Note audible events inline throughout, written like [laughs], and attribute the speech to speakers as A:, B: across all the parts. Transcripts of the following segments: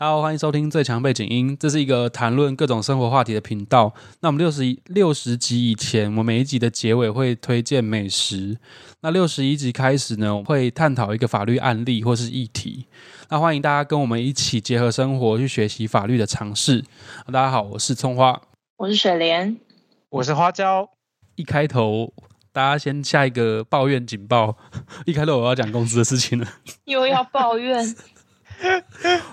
A: Hello，欢迎收听最强背景音，这是一个谈论各种生活话题的频道。那我们六十六十集以前，我们每一集的结尾会推荐美食。那六十一集开始呢，我们会探讨一个法律案例或是议题。那欢迎大家跟我们一起结合生活去学习法律的常识。大家好，我是葱花。
B: 我是水莲，
C: 我是花椒，
A: 一开头，大家先下一个抱怨警报。 [laughs] 一开头我要讲公司的事情了。
B: [laughs] 又要抱怨，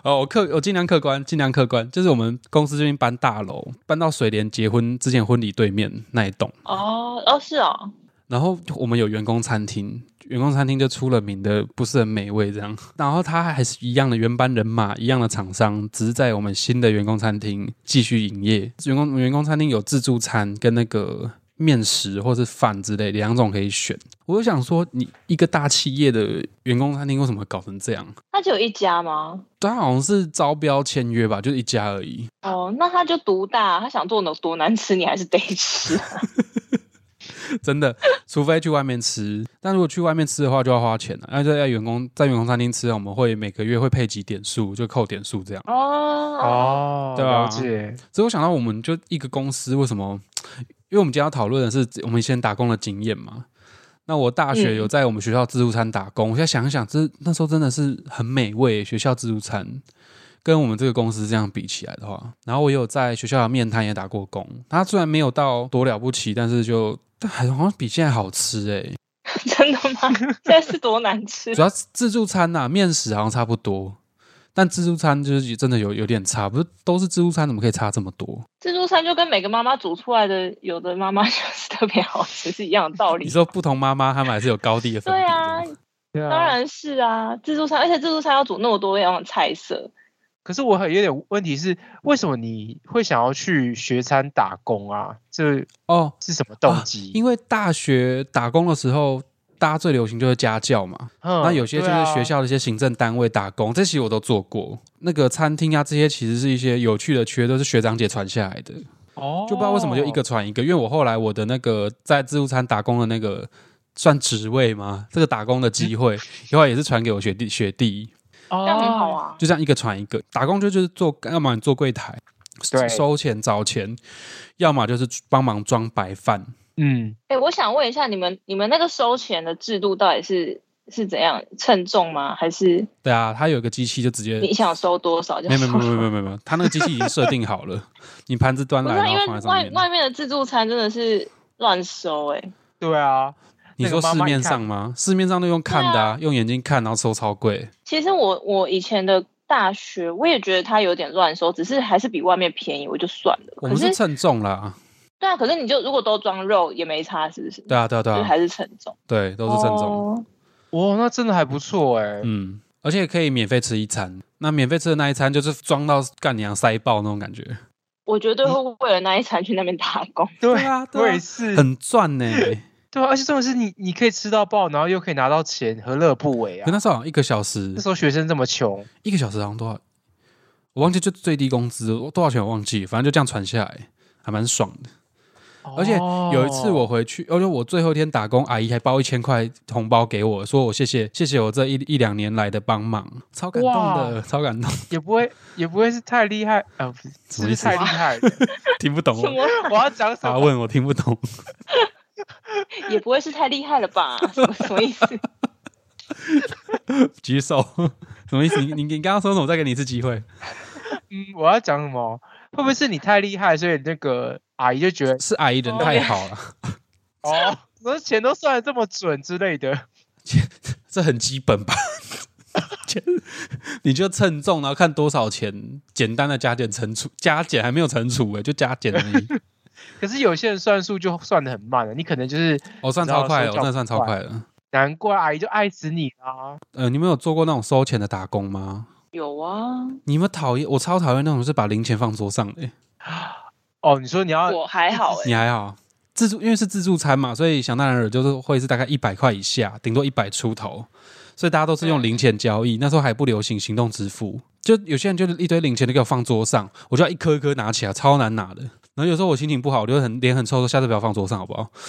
A: 哦，我客我尽量客观，尽量客观。就是我们公司最近搬大楼，搬到水莲结婚之前婚礼对面那一栋。
B: [laughs] 哦哦是哦，
A: 然后我们有员工餐厅，员工餐厅就出了名的不是很美味这样。然后它还是一样的原班人马，一样的厂商，只是在我们新的员工餐厅继续营业。员工员工餐厅有自助餐跟那个面食或是饭之类两种可以选。我就想说，你一个大企业的员工餐厅为什么搞成这样？
B: 他只有一家吗？
A: 它好像是招标签约吧，就一家而已。
B: 哦，那他就独大，他想做的多难吃，你还是得吃。
A: 真的，除非去外面吃，但如果去外面吃的话，就要花钱了。那就在员工在员工餐厅吃，啊我们会每个月会配几点数，就扣点数这样。
B: 哦哦，
C: 哦，
A: 对啊
C: 了解，
A: 所以我想到，我们就一个公司为什么？因为我们今天要讨论的是我们以前打工的经验嘛。那我大学
B: 嗯
A: 有在我们学校自助餐打工，我现在想一想，这那时候真的是很美味。学校自助餐跟我们这个公司这样比起来的话，然后我也有在学校的面摊也打过工，它虽然没有到多了不起，但是就但还好像比现在好吃诶、
B: 真的吗？现在是多难
A: [laughs]
B: 吃
A: 主要是自助餐呐、面食好像差不多，但自助餐就是真的有有点差，不是都是自助餐，怎么可以差这么多？
B: 自助餐就跟每个妈妈煮出来的，有的妈妈就是 [laughs] 特别好吃，是一样的道理
A: 你。说不同妈妈她们还是有高低的分别
B: 对
A: 的
B: 啊，
C: 对啊
B: 当。然是啊，自助餐，而且自助餐要煮那么多样的菜色，
C: 可是我很有点问题是，为什么你会想要去学餐打工啊？这
A: 哦，
C: 是什么动机？
A: 因为大学打工的时候。大家最流行就是家教嘛，
C: 嗯
A: 那有些就
C: 对
A: 是
C: 啊
A: 学校的一些行政单位打工，这些我都做过。那个餐厅啊，这些其实是一些有趣的缺，都是学长姐传下来的。
C: 哦，
A: 就不知道为什么就一个传一个，因为我后来我的那个在自助餐打工的那个算职位吗？这个打工的机
B: [laughs]
A: 会，后来也是传给我学弟学弟，
B: 这
C: 哦，
B: 样很好啊。
A: 就这样一个传一个。打工就就是做，要么你做柜台，
C: 对
A: 收钱找钱，要么就是帮忙装白饭。
C: 嗯，
B: 哎、我想问一下，你们你们那个收钱的制度到底是是怎样称重吗？还是
A: 对啊，他有一个机器就直接，
B: 你想收多少就
A: 没有没
B: 收
A: 有没有没有没有没有，他那个机器已经设定好了， [laughs] 你盘子端
B: 不
A: 来，
B: 是啊，
A: 然
B: 因
A: 后
B: 为
A: 放在上
B: 外
A: 面。
B: 外面的自助餐真的是乱收哎、
C: 对啊，
A: 你说
C: 那个妈
A: 市
C: 妈
A: 面
C: 一看
A: 上吗？市面上都用看的啊，用眼睛看，然后收超贵。
B: 其实我我以前的大学，我也觉得它有点乱收，只是还是比外面便宜，我就算了。
A: 我
B: 可
A: 们是
B: 是
A: 称重啦，
B: 对啊，可是你就如果都装肉也没差，是不是？
A: 对啊对啊对
B: 就是
A: 啊，
B: 还是称重，
A: 对，都是正宗。
B: 哦
C: 哇，那真的还不错哎、
A: 嗯，而且可以免费吃一餐。那免费吃的那一餐就是装到干娘塞爆那种感觉，
B: 我绝对会
A: 嗯
B: 为了那一餐去那边打工。
C: 对
A: 对啊对啊
C: 我也是，
A: 很赚呢、
C: 对啊，而且重点是你你可以吃到爆，然后又可以拿到钱，何乐不为
A: 可
C: 啊？
A: 那时候好像一个小时
C: 那，时候学生这么穷，
A: 一个小时好像多少，我忘记就最低工资多少钱我忘记，反正就这样传下来，还蛮爽的。而且有一次我
C: 哦
A: 回去，而且我最后一天打工，阿姨还包一千块红包给我，说我谢谢谢谢我这一一两年来的帮忙，超感动的，超感动， [laughs]
C: 也不会也不会是太厉害啊，不是
A: 什
C: 是
A: 么意
C: 不是
A: 思
C: 太厉害 [laughs] 了？
A: 听不懂
B: 什
A: 哦。
B: 么
C: 我要讲什
A: 发
C: 么？
A: 问我听不懂，
B: 也不会是太厉害了吧？什么什么意
A: [laughs]
B: 思？
A: 举手， [laughs] 什么意思？你你你刚刚说什么？我再给你一次机会。
C: 嗯，我要讲什么？会不会是你太厉害，所以那个阿姨就
A: [laughs]
C: 觉得
A: 是阿姨人太好了， [laughs]
C: 哦，那钱都算的这么准之类的？
A: 这很基本吧？ [laughs] 就你就称重，然后看多少钱，简单的加减乘除，加减还没有乘除哎，就加减而已。
C: 可是有些人算数就算的很慢了，你可能就是
A: 我、哦算超快了，我真的算超快了。
C: 难怪阿姨就爱死你啦、
A: 呃，你们有做过那种收钱的打工吗？
B: 有啊，
A: 你们讨厌，我超讨厌那种是把零钱放桌上的欸、
C: 哦，你说你要
B: 我还好哎、
A: 啊你还好，自助因为是自助餐嘛，所以想当然尔就是会是大概一百块以下，顶多一百出头，所以大家都是用
B: 嗯
A: 零钱交易。那时候还不流行行动支付，就有些人就是一堆零钱都给我放桌上，我就要一颗一颗拿起来，超难拿的。然后有时候我心情不好，我就很脸很臭，说下次不要放桌上好不好？ [laughs]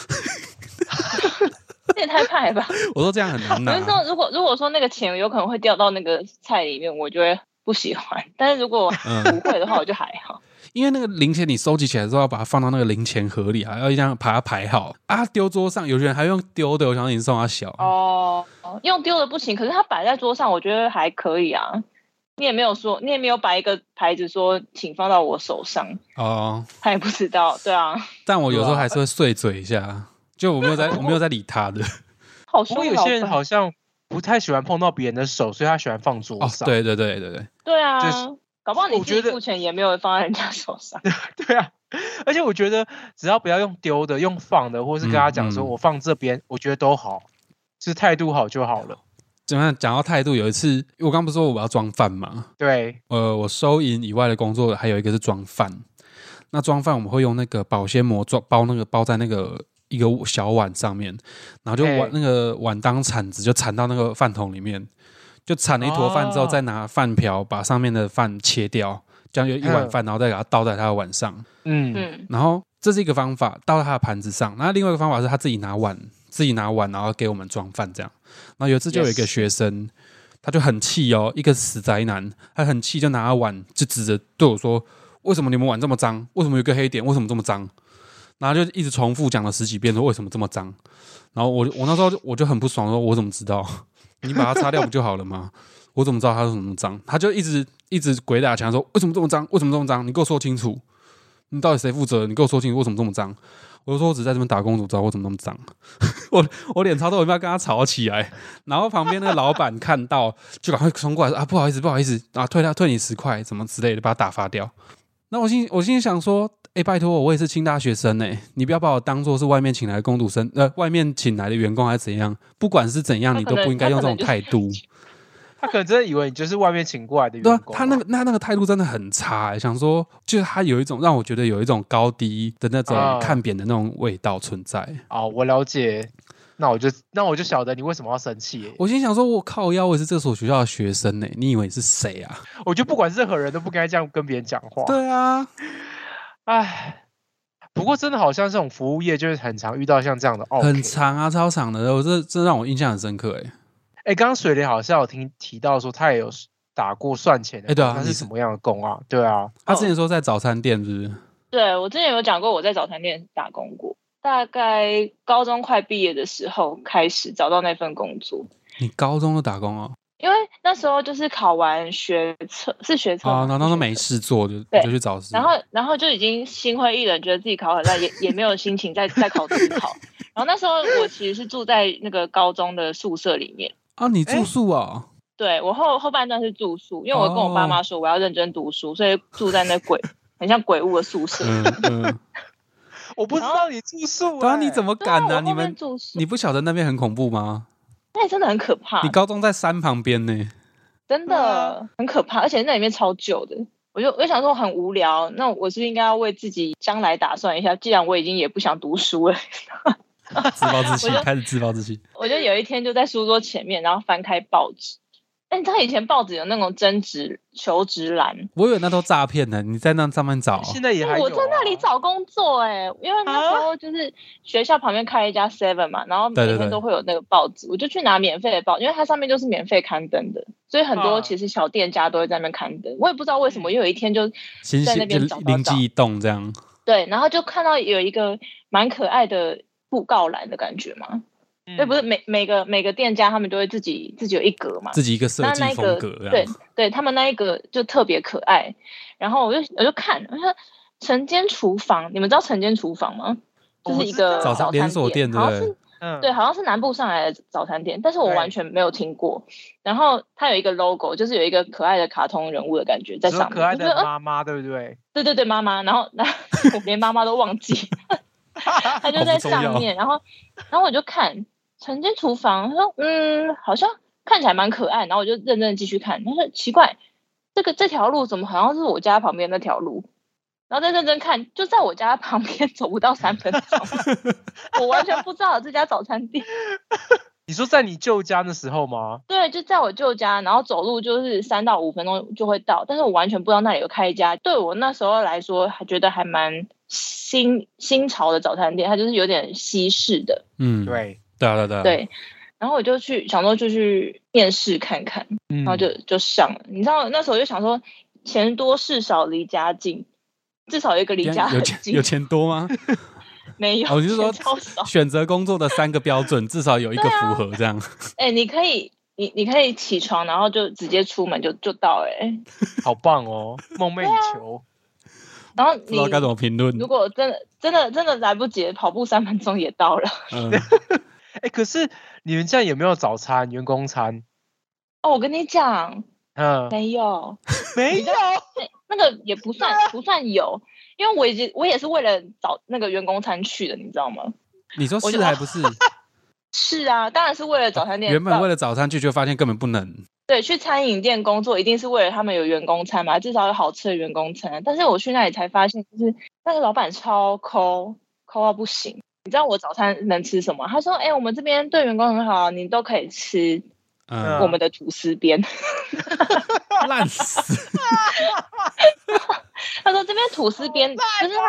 B: 这也太派了吧！
A: 我说这样很难
B: 我
A: 拿，
B: 就说，如果如果说那个钱有可能会掉到那个菜里面，我就会不喜欢， [laughs] 但是如果
A: 嗯，
B: 不会的话，我就还好。
A: 因为那个零钱你收集起来之后，要把它放到那个零钱盒里啊，要这样把它排好啊，丢桌上。有些人还用丢的，我想说你送他小，
B: 哦，用丢的不行，可是它摆在桌上，我觉得还可以啊。你也没有说，你也没有摆一个牌子说请放到我手上，
A: 哦，
B: 他也不知道，对啊，
A: 但我有时候还是会碎嘴一下，就我没有在，我没有在理他的。
B: 好
C: 不
B: 凶
C: 过有
B: 老
C: 些人
B: 板
C: 好像不太喜欢碰到别人的手，所以他喜欢放桌
A: 哦，
C: 上。
A: 对对对对对，
B: 对啊
C: 就是，
B: 搞不好你
C: 我
B: 自
C: 觉
B: 己
C: 得
B: 付钱也没有放在人家手上，
C: [laughs] 对啊，而且我觉得只要不要用丢的、用放的，或是跟他讲说
A: 嗯嗯
C: 我放这边，我觉得都好，是态度好就好了。
A: 怎么样？讲到态度，有一次我刚不是说我要装饭嘛，
C: 对，
A: 呃，我收银以外的工作还有一个是装饭。那装饭我们会用那个保鲜膜装包那个包在那个一个小碗上面，然后就
C: 嘿
A: 碗那个碗当铲子就铲到那个饭桶里面，就铲了一坨饭之后，
C: 哦
A: 再拿饭瓢把上面的饭切掉，这样就一碗
C: 嗯
A: 饭，然后再给它倒在他的碗上。
C: 嗯，
B: 嗯，
A: 然后这是一个方法，倒到他的盘子上。那另外一个方法是他自己拿碗，自己拿碗，然后给我们装饭这样。然后有一次就有一个
C: Yes
A: 学生，他就很气哦，一个死宅男，他很气就拿碗就指着对我说：“为什么你们碗这么脏？为什么有一个黑点？为什么这么脏？”然后就一直重复讲了十几遍说为什么这么脏。然后我我那时候就我就很不爽，说我怎么知道？你把它擦掉不就好了吗？我怎么知道它是什么脏？他就一直一直鬼打墙说为什么这么脏？为什么这么脏？你给我说清楚，你到底谁负责？你给我说清楚为什么这么脏？我就说我只在这边打工，怎么知道为什么那么脏？ [laughs] 我我脸超臭，我要跟他吵起来。然后旁边那个老板看到，就赶快冲过来说啊不好意思不好意思啊退他退你十块什么之类的，把他打发掉。那我心我心里想说，哎、拜托，我也是清大学生哎、你不要把我当做是外面请来的工读生，呃，外面请来的员工还是怎样？不管是怎样，
B: 他
A: 你
B: 可
A: 都
B: 能
A: 不应该用这种
B: 他可
A: 态
B: 能就是
A: 度。
C: 他可能真的以为你就是外面请过来的
A: 对啊
C: 员，工啊。
A: 他那个那那个态度真的很差、欸，想说就是他有一种让我觉得有一种高低的那种
C: 啊
A: 看扁的那种味道存在。
C: 哦，我了解，那我就那我就晓得你为什么要生气耶。
A: 我心想说，我靠腰，我也是这所学校的学生呢、你以为你是谁啊？
C: 我觉得不管任何人都不该这样跟别人讲话。，
A: 对啊，
C: 唉，不过真的好像这种服务业就是很常遇到像这样的哦。
A: 很长啊，超长的，我这这让我印象很深刻哎、欸。
C: 哎，刚刚水莲好像有听提到说他也有打过算钱的工，
A: 哎对啊
C: 那
A: 你
C: 是
A: 是
C: 什么样的工啊？对啊，
A: 他之前
B: 嗯
A: 说在早餐店是不是？
B: 对我之前有讲过，我在早餐店打工过，大概高中快毕业的时候开始找到那份工作，
A: 你高中就打工哦、
B: 因为那时候就是考完学测是学测
A: 啊，
B: 吗
A: 然后都
B: 是学
A: 没
B: 测
A: 事做就
B: 对
A: 就去找事，
B: 然后然后就已经心灰意冷，觉得自己考很烂，也也没有心情再再考自考。然后那时候我其实是住在那个高中的宿舍里面，
A: 啊，你住
C: 哎
A: 宿
B: [laughs]
A: 哦、
B: 对我后后半段是住宿，因为我跟我爸妈说我要认真读书，所以住在那鬼很像鬼屋的宿
A: [laughs]
B: 舍。
A: 嗯
B: [laughs]
A: 嗯，
C: 我不知
B: 然后
C: 道你住宿、
A: 对啊，
C: 啊，
A: 你怎么
B: 对啊
A: 敢呢、
B: 我
A: 你
B: 后面
A: 们
B: 住宿
A: 你，不晓得那边很恐怖吗？
B: 那里真的很可怕
A: 你，高中在山旁边呢，
B: 真
C: 对啊
B: 的很可怕，而且那里面超旧的。我就我就想说很无聊，那我是不是应该要为自己将来打算一下？既然我已经也不想读书了， [laughs]
A: 自暴自弃
B: 我就，
A: 开始自暴自弃。
B: 我就有一天就在书桌前面，然后翻开报纸。哎，你知道以前报纸有那种增值求职栏，
A: 我以为那都诈骗呢，你在那上面找哦，
C: 现在也还有、啊、啊
B: 我在那里找工作哎、因为那时候就是学校旁边开了一家 Seven 嘛，然后每
A: 对对对
B: 天都会有那个报纸，我就去拿免费的报，因为它上面就是免费刊登的，所以很
C: 啊
B: 多其实小店家都会在那边刊登。我也不知道为什
C: 嗯
B: 么，又有一天就
A: 新
B: 在
A: 鲜就
B: 那边找到
A: 灵机一动这样。
B: 对，然后就看到有一个蛮可爱的布告栏的感觉嘛，
C: 嗯，
B: 对，不是每每个每个店家他们都会自己自己有一格嘛，
A: 自己一个设
B: 那
A: 计
B: 那
A: 风
B: 个
A: 格这
B: 对
A: 样。
B: 对，他们那一个就特别可爱。然后我就我就看，我说晨间厨房，你们知道晨间厨房吗？就
C: 我
B: 是一
C: 知道
B: 个
A: 早
B: 餐
A: 餐连锁店对
B: 好
A: 不
B: 像是
C: 嗯
B: 对，好像是南部上来的早餐店，但是我
C: 对
B: 完全没有听过。然后它有一个 logo，就是有一个可爱的卡通人物的感觉在
C: 你说
B: 上面，
C: 可爱
B: 我觉得
C: 的妈妈，对不对？
B: 对对对，妈妈，然后那 [laughs] 我连妈妈都忘记，她就在上面，然后然后我就看晨间厨房，她说嗯，好像看起来蛮可爱，然后我就认真地继续看，她说奇怪，这个这条路怎么好像是我家旁边那条路？然后再认真看，就在我家旁边，走不到三分钟，我完全不知道有这家早餐店。
C: 你说在你舅家的时候吗？
B: 对，就在我舅家，然后走路就是三到五分钟就会到，但是我完全不知道那里有开一家。对我那时候来说，还觉得还蛮新新潮的早餐店，它就是有点西式的，
A: 嗯，
C: 对，
A: 对啊，对啊对啊。
B: 对。然后我就去想说就去面试看看，
C: 嗯
B: 然后就就上了。你知道那时候我就想说，钱多事少离家近，至少有一个离
A: 等一
B: 家
A: 下有
B: 很
A: 钱
B: 近
A: 有。钱多
B: [laughs]
A: 吗？
B: 没有，
A: 哦你是说
B: 钱超少？
A: 选择工作的三个标准，至少有一个符合这样。
B: 哎、你可以，你你可以起床，然后就直接出门就就到哎、
C: 好棒哦，梦寐以求。
B: 然后
A: 不知
B: 你
A: 道该怎么评论。
B: 如果真的真的真的来不及，跑步三分钟也到了。 [laughs]
A: 嗯，
C: 哎、可是你们这样有没有早餐、员工餐？
B: 哦，我跟你讲，
C: 嗯，
B: 没有，
C: 没有，
B: 那个也不算不算有，因为我已经我也是为了找那个员工餐去的，你知道吗？
A: 你说
B: 我
A: 是
B: 就
A: 还不是？
B: 是啊，当然是为了早餐店。
A: 原本为
B: 了
A: 了早餐去，就发现根本不能。
B: 对去餐饮店工作，一定是为了他们有员工餐嘛，至少有好吃的员工餐。啊但是我去那里才发现，就是那个老板超抠，抠到不行。你知道我早餐能吃什么？他说：“哎、我们这边对员工很好，啊你都可以吃
A: 嗯，
B: 我们的吐司边。
A: 烂死。
B: [laughs] 他说这边吐司边就是他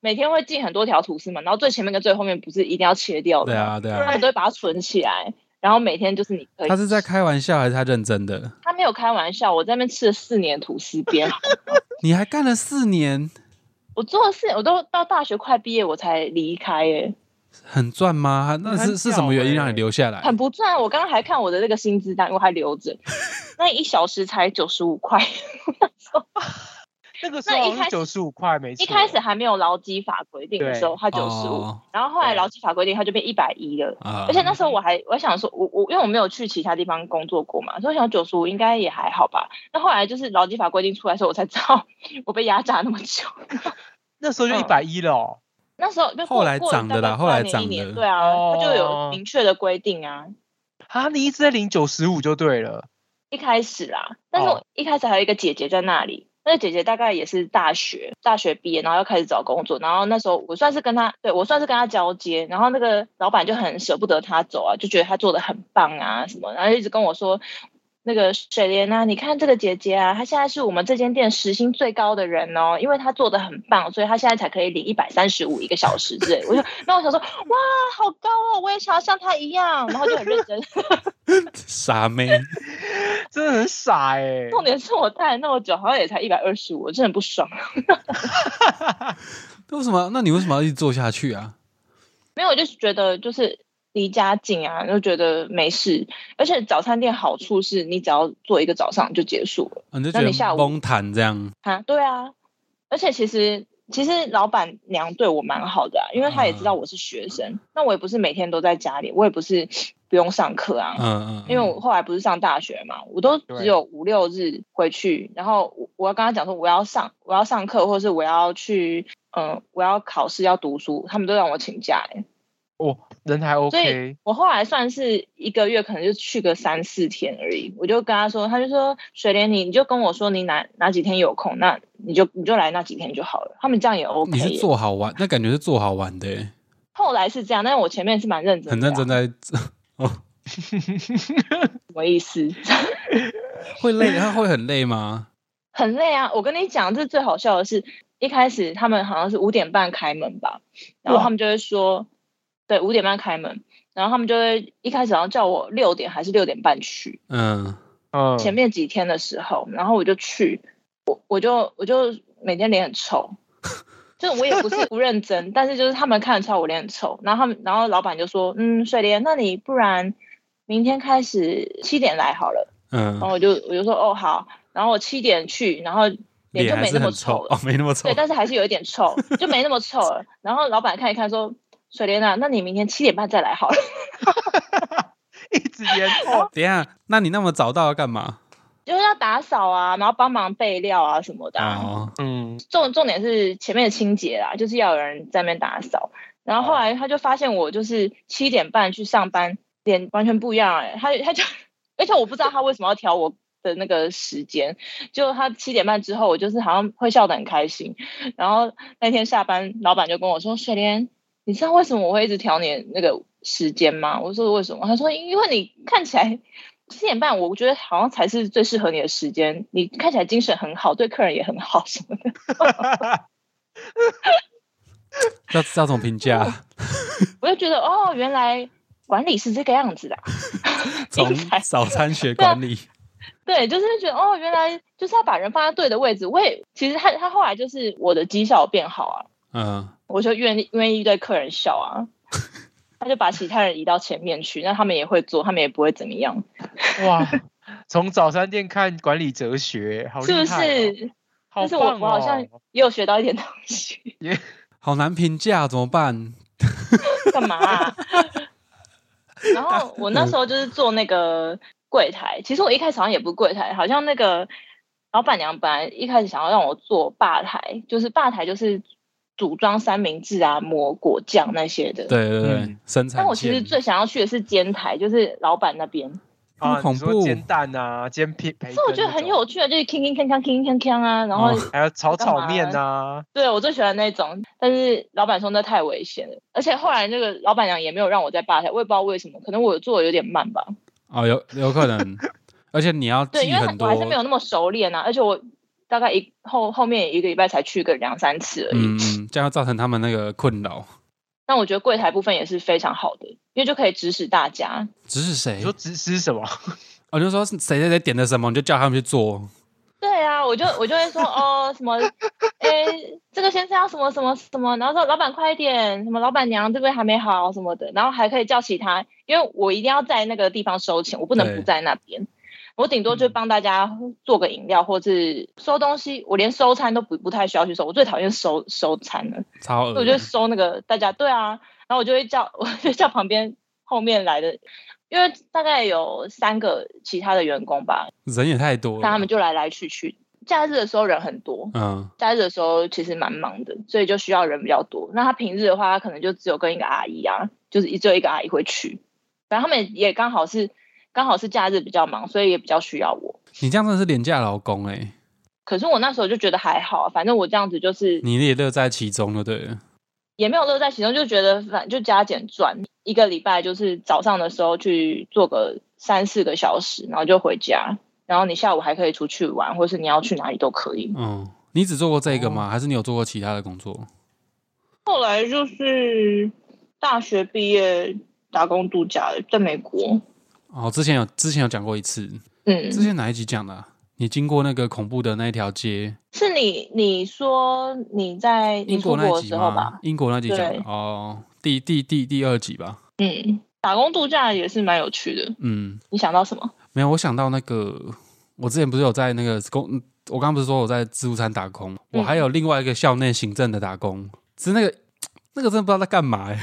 B: 每天会进很多条吐司嘛，然后最前面跟最后面不是一定要切掉的
A: 对
B: 吗，
A: 啊，对啊
B: 他。们都会把它存起来，然后每天就是你可以。
A: 他是在开玩笑还是他认真的？
B: 他没有开玩笑，我在那边吃了四年吐司边，
A: 你还干了四年，
B: 我做了四，我都到大学快毕业我才离开、耶，
A: 很赚吗？那
C: 很
A: 是
C: 屌
A: 是什么原因
C: 欸
A: 让你留下来？
B: 很不赚。啊我刚刚还看我的那个薪资单，我还留
A: [laughs]
B: 着，那一小时才九十五块。
C: 那个时候
B: 那一
C: 好像
B: 开始
C: 九十五块，没错。
B: 一开始还没有劳基法规定的时候，他九十五，
A: 哦
B: 然后后来
C: 对
B: 劳基法规定他就变一百一了。
A: 啊
B: 而且那时候我还我想说，我我因为我没有去其他地方工作过嘛，所以我想九十五应该也还好吧。那后来就是劳基法规定出来的时候，我才知道 [laughs] 我被压榨那么久。 [laughs]
C: 那时候就
B: 嗯
C: 一百一了哦、
B: 那时候就过
A: 后来
B: 过了
A: 涨的啦
B: 大概
A: 后来
B: 半年
A: 涨的
B: 一年对啊，
C: 哦
B: 它就有明确的规定啊。
C: 啊，你一直在领九十五就对了。
B: 一开始啦，但是我一开始还有一个姐姐在那里，那个姐姐大概也是大学大学毕业，然后要开始找工作，然后那时候我算是跟她，对我算是跟她交接，然后那个老板就很舍不得她走啊，就觉得她做的很棒啊什么，然后一直跟我说。那个水莲啊，你看这个姐姐啊，她现在是我们这间店时薪最高的人哦，因为她做的很棒，所以她现在才可以领一百三十五一个小时之类的。我就，那我想说，哇，好高哦，我也想要像她一样，然后就很认真。
A: 傻妹，
C: 真的很傻哎、
B: 重点是我戴了那么久，好像也才一百二十五，我真的很不爽。
A: 为什 [laughs] 么？那你为什么要一直做下去啊？
B: 没有，我就是觉得就是离家近啊，就觉得没事。而且早餐店好处是你只要做一个早上就结束了
A: 啊你就
B: 那你
A: 觉
B: 下
A: 得
B: 午
A: 崩弹这样？
B: 啊，对啊。而且其实其实老板娘对我蛮好的、啊，因为她也知道我是学生，那我也不是每天都在家里，我也不是不用上课啊。
A: 嗯嗯，
B: 因为我后来不是上大学嘛，我都
C: 对
B: 只有五六日回去，然后我我要跟他讲说我要上我要上课，或者是我要去，嗯、我要考试要读书，他们都让我请假、欸。
C: 哦，人还
B: 所
C: OK
B: 以。我后来算是一个月可能就去个三四天而已，我就跟他说，他就说水莲你你就跟我说你哪哪几天有空，那你就你就来那几天就好了，他们这样也 OK
A: 你
B: 欸、
A: 是做好玩，那感觉是做好玩的欸，
B: 后来是这样，但是我前面是蛮认真的、
A: 很认真，在 [laughs]
B: 什么意思？ [laughs]
A: 会累，他会很累吗？
B: 很累啊！我跟你讲，这最好笑的是，一开始他们好像是五点半开门吧，然后
C: 哇
B: 他们就会说，对，五点半开门，然后他们就会一开始好像叫我六点还是六点半去，
A: 嗯，
C: 嗯，
B: 前面几天的时候，然后我就去，我我就我就每天脸很臭，
C: [laughs]
B: 就是我也不是不认真，但是就是他们看得出来我脸很臭，然后他们然后老板就说，嗯，水莲，那你不然明天开始七点来好了。
A: 嗯
B: 然，后我就我就说哦好，然后我七点去，然后脸
A: 脸
B: 就
A: 还
B: 没
A: 是
B: 那么
A: 很臭
B: 了，
A: 哦，没那么臭。
B: 对，，但是还是有一点臭，就没那么臭了。然后老板看一看说，水莲啊，那你明天七点半再来好了。 [laughs]
C: 一直延后
B: 哦
A: 等一下，那你那么早到要干嘛？
B: 就是要打扫啊，然后帮忙备料啊什么的啊、
A: 哦，
C: 嗯，
B: 重重点是前面的清洁啦，就是要有人在那边打扫。然后后来他就发现我就是七点半去上班，脸完全不一样哎、他他就而且我不知道他为什么要调我的那个时间，就他七点半之后，我就是好像会笑得很开心。然后那天下班，老板就跟我说：“水莲，你知道为什么我会一直调你那个时间吗？”我说：“为什么？”他说：“因为你看起来。”七点半，我觉得好像才是最适合你的时间。你看起来精神很好，对客人也很好什么的。
A: 要要怎么评价？
B: [laughs] 我就觉得哦，原来管理是这个样子的啊、
A: 从
B: 精彩
A: 早餐学管理，
B: 对，啊就是觉得哦，原来就是要把人放在对的位绩。我也其实他他后来就是我的绩效变好啊，
A: 嗯，
B: 我就愿意愿意对客人笑
C: [laughs]
B: 啊。他就把其他人移到前面去，那他们也会做，他们也不会怎么样，
C: 哇，从早餐店看管理哲学，好厉
B: 是不
C: 害、哦！
B: 是？
C: 好
B: 但是我
C: 棒
B: 我好像
C: 哦
B: 也有学到一点东西，
A: 好难评价，怎么办？
B: 干嘛啊、然后我那时候就是做那个柜台，其实我一开始好像也不是柜台，好像那个老板娘本来一开始想要让我做吧台，就是吧台就是组装三明治啊、抹果酱那些的。。
A: 对对对，
C: 嗯
A: 生产
B: 但
A: 线。
B: 我其实最想要去的是煎台，就是老板那边。
A: 那么
C: 啊，
A: 恐
C: 你说
A: 怖
C: 煎蛋啊，煎培培，
B: 所以我觉得很，有趣的，啊就是 king king 铿锵 king king 铿锵啊，然后、
A: 哦
C: 还有炒
B: 干嘛
C: 炒面啊，
B: 对我最喜欢那种，但是老板说那太危险了，而且后来那个老板娘也没有让我在吧台，我也不知道为什么，可能我做的有点慢吧。
A: 哦，有有可
B: [laughs]
A: 能，而且你要
B: 对，
A: 记
B: 因为
A: 很
B: 我
A: 多，
B: 还是没有那么熟练啊，而且我大概一后后面一个礼拜才去个两三次而已。
A: 嗯，嗯这样会造成他们那个困扰。
B: 那我觉得柜台部分也是非常好的，因为就可以指使大家。
A: 指使
C: 你
A: 谁？
C: 说只吃什么？
A: 我哦就说谁谁谁点的什么，你就叫他们去做。
B: 对啊，我就我就会说哦什么，诶，这个先生要什么什么什么，然后说老板快一点，什么老板娘这边还没好什么的，然后还可以叫其他，因为我一定要在那个地方收钱，我不能
A: 对嗯
B: 不在那边。我顶多就帮大家做个饮料，或是收东西。我连收餐都不不太需要去收，我最讨厌收收餐了。
A: 超恶
B: 我就收那个大家对啊，然后我就会叫， [laughs] 我就叫旁边后面来的，因为大概有三个其他的员工吧，
A: 人也太多了。
B: 那他们就来来去去。假日的时候人很多，
A: 嗯，
B: 假日的时候其实蛮忙的，所以就需要人比较多。那他平日的话，他可能就只有跟一个阿姨啊，就是一只有一个阿姨会去。反正他们也刚好是刚好是假日比较忙，所以也比较需要我。
A: 你这样真的是廉价劳工哎、
B: 可是我那时候就觉得还好啊，反正我这样子就是
A: 你也乐在其中就对了。
B: 也没有乐在其中，就觉得反正就加减赚，一个礼拜就是早上的时候去做个三四个小时，然后就回家，然后你下午还可以出去玩，或是你要去哪里都可以。
A: 嗯，你只做过这个
B: 哦
A: 吗？还是你有做过其他的工作？
B: 后来就是大学毕业打工度假了，在美国，
A: 哦，之前有之前有讲过一次，
B: 嗯，
A: 之前哪一集讲的啊、你经过那个恐怖的那一条街，
B: 是你你说你在你
A: 英
B: 出
A: 国那
B: 国
A: 一
B: 的
A: 集
B: 时候
A: 吗
B: 吧？，
A: 英国那集讲的
B: 对
A: 哦，第第第第二集吧。
B: 嗯，打工度假也是蛮有趣的。
A: 嗯，
B: 你想到什么？
A: 没有，我想到那个，我之前不是有在那个工，嗯我刚刚不是说我在自助餐打工，
B: 嗯
A: 我还有另外一个校内行政的打工，只是那个那个真的不知道在干嘛、欸，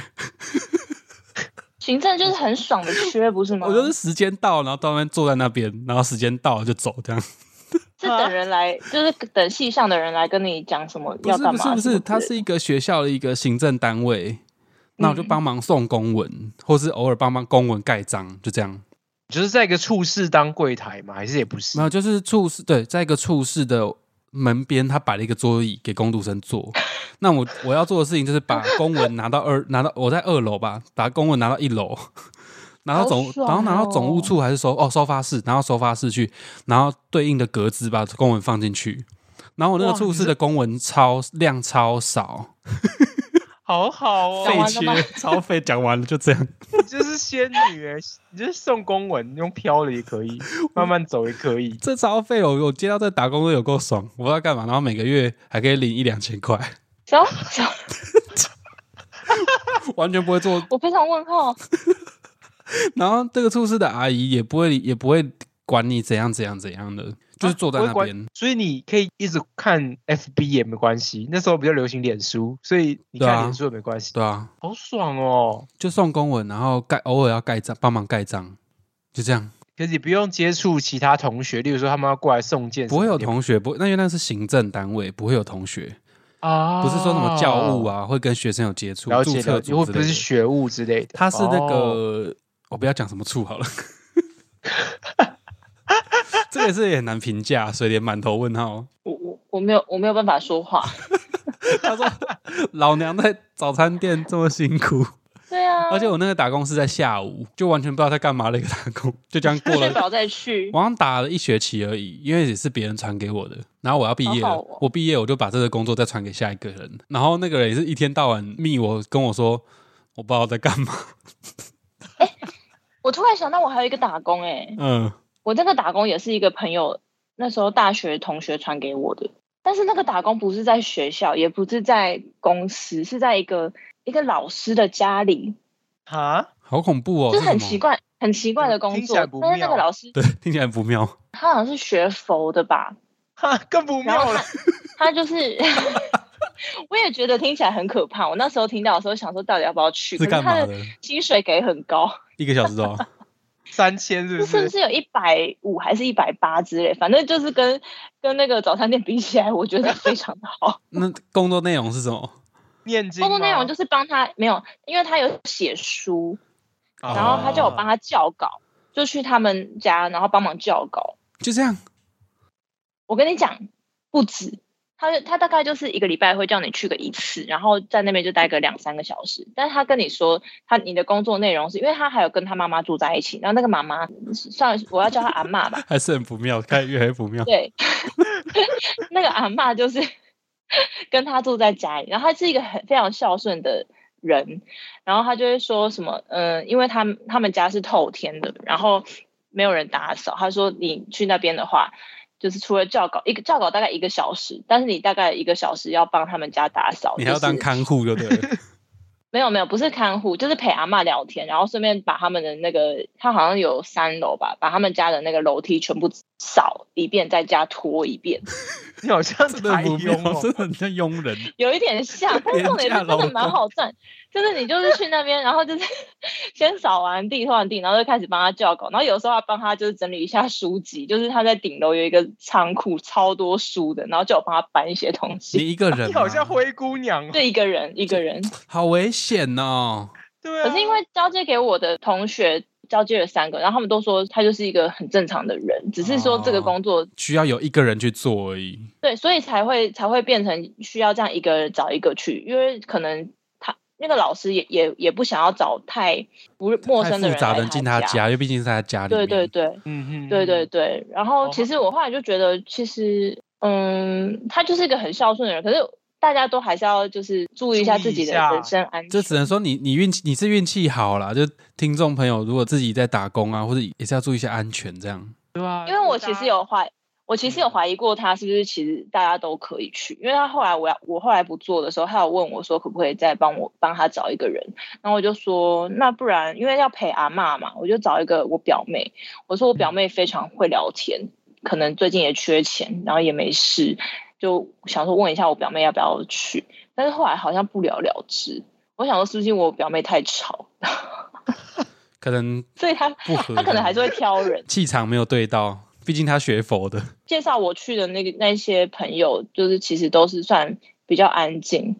B: 行政就是很爽的
A: [laughs]
B: 缺，不是吗？
A: 我就是时间到，然后到那边坐在那边，然后时间到了就走这样。
B: 是等人来，就是等系上的人来跟你讲什么
A: 啊不
B: 要
A: 是
B: 干
A: 不
B: 嘛
A: 是不
B: 什么
A: 是，
B: 之
A: 它
B: 类
A: 是
B: 的
A: 一个学校的一个行政单位，那
B: 嗯
A: 我就帮忙送公文，或是偶尔帮忙公文盖章，就这样。
C: 你就是在一个处室当柜台吗？还是也不是
A: 没？有，就是处室对，在一个处室的门边，他摆了一个桌椅给工读生
B: [laughs]
A: 坐。那我我要做的事情就是把公文拿到二，拿到我在二楼吧，把公文拿到一
B: [laughs]
A: 楼，拿到
B: 好
A: 总，
B: 爽
A: 然后拿到
B: 哦
A: 总务处还是收哦收发室，拿到收发室去，然后对应的格子把公文放进去。然后我那个
C: 哇
A: 处
C: 你
A: 室
C: 这
A: 的公文超量超少，
C: 好好哦，
B: 讲
A: 废
B: 完了吗
A: 缺 [laughs] 超废，讲完了就这
B: [laughs]
A: 样。
C: 你就是仙女哎，你就是送公文用飘的也可
A: [laughs]
C: 以，慢慢走也可以。
A: 这超废，我我接到这打工都有够爽，我不知道干嘛，然后每个月还可以领一两千
B: [laughs]
A: 块，
B: 小小，
A: 完全不会做
B: 我非常问号。
A: 然后这个处室的阿姨也不会也不会管你怎样怎样怎样的，就是坐在那
C: 啊不会
A: 边。
C: 所以你可以一直看 FB 也没关系，那时候比较流行脸书，所以你
A: 对啊
C: 看脸书也没关系，
A: 对啊，
C: 好爽哦。
A: 就送公文，然后盖偶尔要盖章，帮忙盖章，就这样，
C: 可是你不用接触其他同学，例如说他们要过来送件什
A: 不
C: 么
A: 会
C: 的，
A: 有同学，不，那因为那是行政单位，不会有同学，
C: 啊，
A: 不是说什么教务，啊，会跟学生有接触，
C: 了
A: 注
C: 解
A: 册
C: 了解，或
A: 组之
C: 不
A: 类
C: 是
A: 的。
C: 学务之类的，
A: 他是那
C: 哦
A: 个，我不要讲什么处好
C: [laughs]
A: 了，这个也是也很难评价，所以连满头问号。
B: 我我我没有我没有办法说话。
A: 他说老娘在早餐店这么辛苦。
B: 对啊，
A: 而且我那个打工是在下午，就完全不知道在干嘛的一个打工，就这样过
B: 睡 [laughs]
A: 了。
B: 饱再去
A: 我，好像打了一学期而已，因为也是别人传给我的。然后我要毕业了，
B: 好好哦
A: 我毕业我就把这个工作再传给下一个人。然后那个人也是一天到晚密我跟我说，我不知道在干嘛。
B: 我突然想到，我还有一个打工哎、
A: 嗯，
B: 我这个打工也是一个朋友那时候大学同学传给我的，但是那个打工不是在学校，也不是在公司，是在一个一个老师的家里，
C: 哈，
A: 好恐怖哦，
B: 就是很
A: 什么
B: 奇，怪很奇怪的工
C: 听起来
B: 作
C: 不。
B: 但是那个
C: 妙
B: 老师
A: 对，听起来不妙。
B: 他好像是学佛的吧，
C: 哈，更不
B: 然后
C: 妙了。
B: 他就是。 [laughs] 我也觉得听起来很可怕。我那时候听到的时候想说，到底要不要去？可
A: 是
B: 是
A: 干
B: 他
A: 嘛
B: 的
A: 的？
B: 薪水给很高，
A: 一个小时哦，
C: [laughs] 三千是
B: 这
C: 不
B: 是不
C: 是？
B: 是有一百五还是一百八之类？反正就是跟跟那个早餐店比起来，我觉得非常的
C: [laughs]
B: 好。
A: [laughs] 那工作内容是什么？
C: 念经吗。
B: 工作内容就是帮他没有，因为他有写书，
C: 哦，
B: 然后他叫我
A: 啊
B: 帮他校稿，就去他们家，然后帮忙校稿。
A: 就这样，
B: 我跟你讲，不止，他他大概就是一个礼拜会叫你去个一次，然后在那边就待个两三个小时。但是他跟你说，他你的工作内容是因为他还有跟他妈妈住在一起，然后那个妈妈算我要叫她阿嬷吧，
A: 还是很不妙，看来越来越不妙。
B: 对， [laughs] 那个阿嬷就是 [laughs] 跟他住在家里，然后他是一个很非常孝顺的人，然后他就会说什么，嗯、因为他们他们家是透天的，然后没有人打扫，他说你去那边的话。就是除了教稿，一个教稿大概一个小时，但是你大概一个小时要帮他们家打扫，
A: 你还要
B: 就是
A: 当看护，对不
B: [laughs]
A: 对？
B: 没有没有，不是看护，就是陪阿嬷聊天，然后顺便把他们的那个，他好像有三楼吧，把他们家的那个楼梯全部扫一遍，再加拖一遍，
C: 你好像
A: 真的
C: 台
A: 不
C: 佣
A: 妙，
C: 哦
A: 真，的很像佣人。
B: 有一点像，但是重点是真的蛮好赚。就是你就是去那边，然后就是 [laughs] 先扫完地、拖完地，然后就开始帮他叫狗，然后有时候还帮他就是整理一下书籍，就是他在顶楼有一个仓库，超多书的，然后叫我帮他搬一些东西。
A: 你一个人啊
C: 你
A: 吗，
C: 好像灰姑娘
B: [laughs]
C: 哦。
B: 对，一个人一个人，
A: 好危险哦。
C: 对啊。
B: 可是因为交接给我的同学交接了三个，然后他们都说他就是一个很正常的人，只是说这个工作、
A: 需要有一个人去做而已。
B: 对，所以才会才会变成需要这样一个人找一个去，因为可能他那个老师也也也不想要找太不陌
A: 太
B: 生的
A: 复
B: 人
A: 杂
B: 来
A: 的人进
B: 他
A: 他，家，因为毕竟是在他家里
B: 对
A: 面。
B: 对对
C: 嗯嗯，
B: 对对
C: 嗯，
B: 对。然后
C: 哦
B: 其实我后来就觉得，其实嗯，他就是一个很孝顺的人，可是大家都还是要就是注意一下
C: 注意
B: 自己
C: 一
B: 的
C: 下
B: 人身安
A: 就
B: 全。
A: 只能说你你运气你是运气好啦，就听众朋友如果自己在打工啊，或者也是要注意一下安全这样。
C: 对啊。
B: 因为我其实有怀，我其实有怀疑过他是不是其实大家都可以去，因为他后来我要我后来不做的时候，他有问我说可不可以再帮我帮他找一个人，然后我就说那不然因为要陪阿嬷嘛，我就找一个我表妹，我说我表妹非常会聊天，可能最近也缺钱，然后也没事，就想说问一下我表妹要不要去，但是后来好像不了了之。我想说，是不是我表妹太吵，
A: 可能
B: 所以她
A: 不
B: [laughs]
A: 合，
B: 她可能还是会挑人。
A: 气场没有对到，毕竟他学佛的。
B: 介绍我去的那个那些朋友，就是其实都是算比较安静。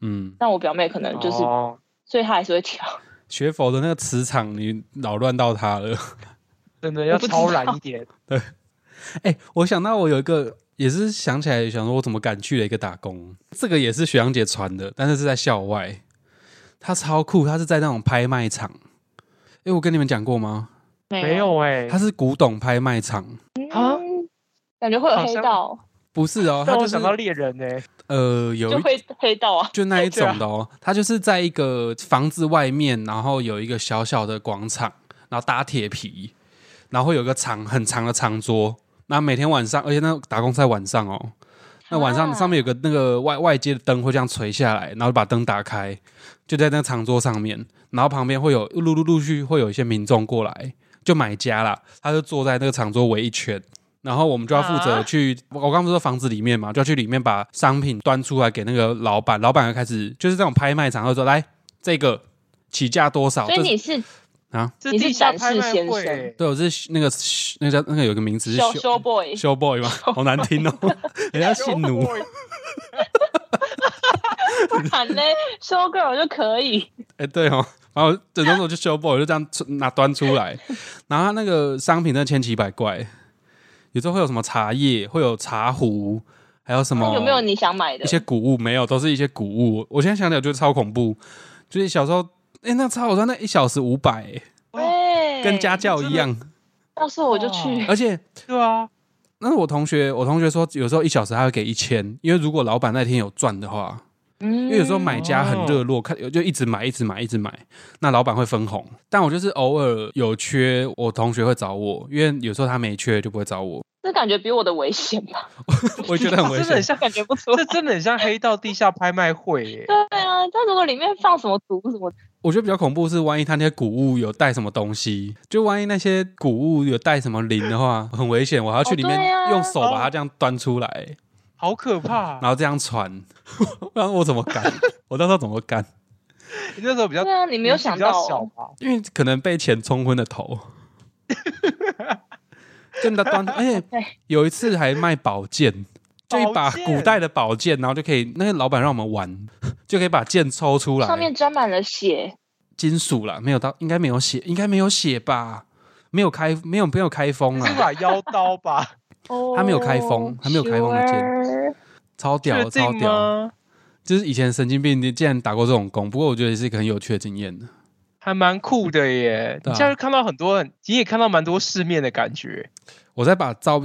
A: 嗯，
B: 但我表妹可能就是，
C: 哦
B: 所以她还是会挑。
A: 学佛的那个磁场你扰乱到他了。
C: 真的要
B: 我不知
C: 超然
B: 道
C: 一点。
A: 哎、我想到我有一个，也是想起来想说，我怎么敢去了一个打工？这个也是学长姐传的，但是是在校外。他超酷，他是在那种拍卖场。哎、我跟你们讲过吗？
B: [laughs] 没
C: [laughs] 没有哎，
A: 他是古董拍卖场，
C: 啊，
B: 嗯感觉会有
C: 好
B: 黑
C: 像
B: 道，
A: 不是哦，他
C: 让
A: 就
C: 我
A: 是
C: 想到猎人哎。
A: 呃有
B: 就
A: 一
B: 会黑道啊。
A: 就那一种的哦，它就是在一个房子外面，然后有一个小小的广场，然后搭铁皮，然后会有个长很长的长桌，那每天晚上，而且那打工是在晚上哦，那晚上
B: 啊
A: 上面有个那个外外接的灯会这样垂下来，然后把灯打开，就在那个长桌上面，然后旁边会有陆陆陆续会有一些民众过来，就买家啦，他就坐在那个长桌围一圈。然后我们就要负责
C: 啊
A: 去，我刚刚不是说房子里面嘛，就要去里面把商品端出来给那个老板，老板就开始就是这种拍卖场，他就说来这个起价多少？
B: 所以
A: 这
B: 你是
C: 这
B: 你是
C: 地下
B: 展
C: 拍
B: 示
C: 卖
B: 先
C: 会
B: 生
C: 欸
A: 对我是那个那个叫那个有个名词是
B: 修
A: 修 [laughs]
B: 修 boy，
A: 修 boy 吗？好难听
B: [laughs]
A: 哦，人家姓奴。
C: 哎呦
B: 不
A: [laughs]
B: 然呢，修 girl 就可以。
A: 哎、对哦，然后整装我就修 boy 就这样出拿端出来，然后他那个商品真的千奇百怪，有时候会有什么茶叶，会有茶壶，还有什么
B: 那有没有你想买
A: 哦
B: 的
A: 一？些古物没有，都是一些古物。我现在想起来觉得超恐怖，就是小时候，哎、那超好赚，那一小时五百、
B: 对，
A: 跟家教哦一样。
B: 到时候我就去。
A: 而且，
C: [laughs] 对啊， [laughs]
A: 那我同学，我同学说，有时候一小时他会给一千，因为如果老板那天有赚的话，
B: 嗯，
A: 因为有时候买家很
B: 哦
A: 热络，看就一直买，一直买，一直买，那老板会分红。但我就是偶尔有缺，我同学会找我，因为有时候他没缺就不会找我，
B: 这感觉比我的危险吧，
A: 我觉得
B: [laughs]
A: 很
B: 哦
A: 危
C: 真的
A: 险。
C: 很像，
B: 感
A: [laughs]
B: 觉不出来
C: 这。真的很像黑道地下拍卖会欸耶、
B: 对啊，但如果里面放什么毒什么，
A: 我觉得比较恐怖是，万一他那些谷物有带什么东西，就万一那些谷物有带什么磷的话，很危险。我还要去里
B: 哦对
A: 面
B: 啊
A: 用手把它这样端出来，
C: 好可怕、
A: 然后这样传， [laughs] 然后我怎么干？ [laughs] 我到时候怎么干？
C: 你那时候比较
B: 对啊，你没有想到
C: 年纪比较小
B: 哦，
C: 吧？
A: 因为可能被钱冲昏了头。真的端，而且
B: 对
A: 有一次还卖宝剑，就一把
C: 宝剑
A: 古代的宝剑，然后就可以，那个老板让我们玩， [laughs] 就可以把剑抽出
B: 上
A: 来，
B: 面沾满了血，
A: 金属啦，没有到，应该没有血，应该没有血吧？没有开，没有没有开封啊
C: 是一
A: 啦，
C: 把妖刀 [laughs] 吧？
B: 哦，
A: 他没有开封他没有开封的剑
B: sure
A: 超屌
C: 确
A: 超
C: 定
A: 屌，
C: 吗？
A: 就是以前神经病竟然打过这种工，不过我觉得也是一个很有趣的经验的。
C: 还蛮酷的耶！
A: 对啊
C: 你现在看到很多很，你也看到蛮多世面的感觉。
A: 我再把照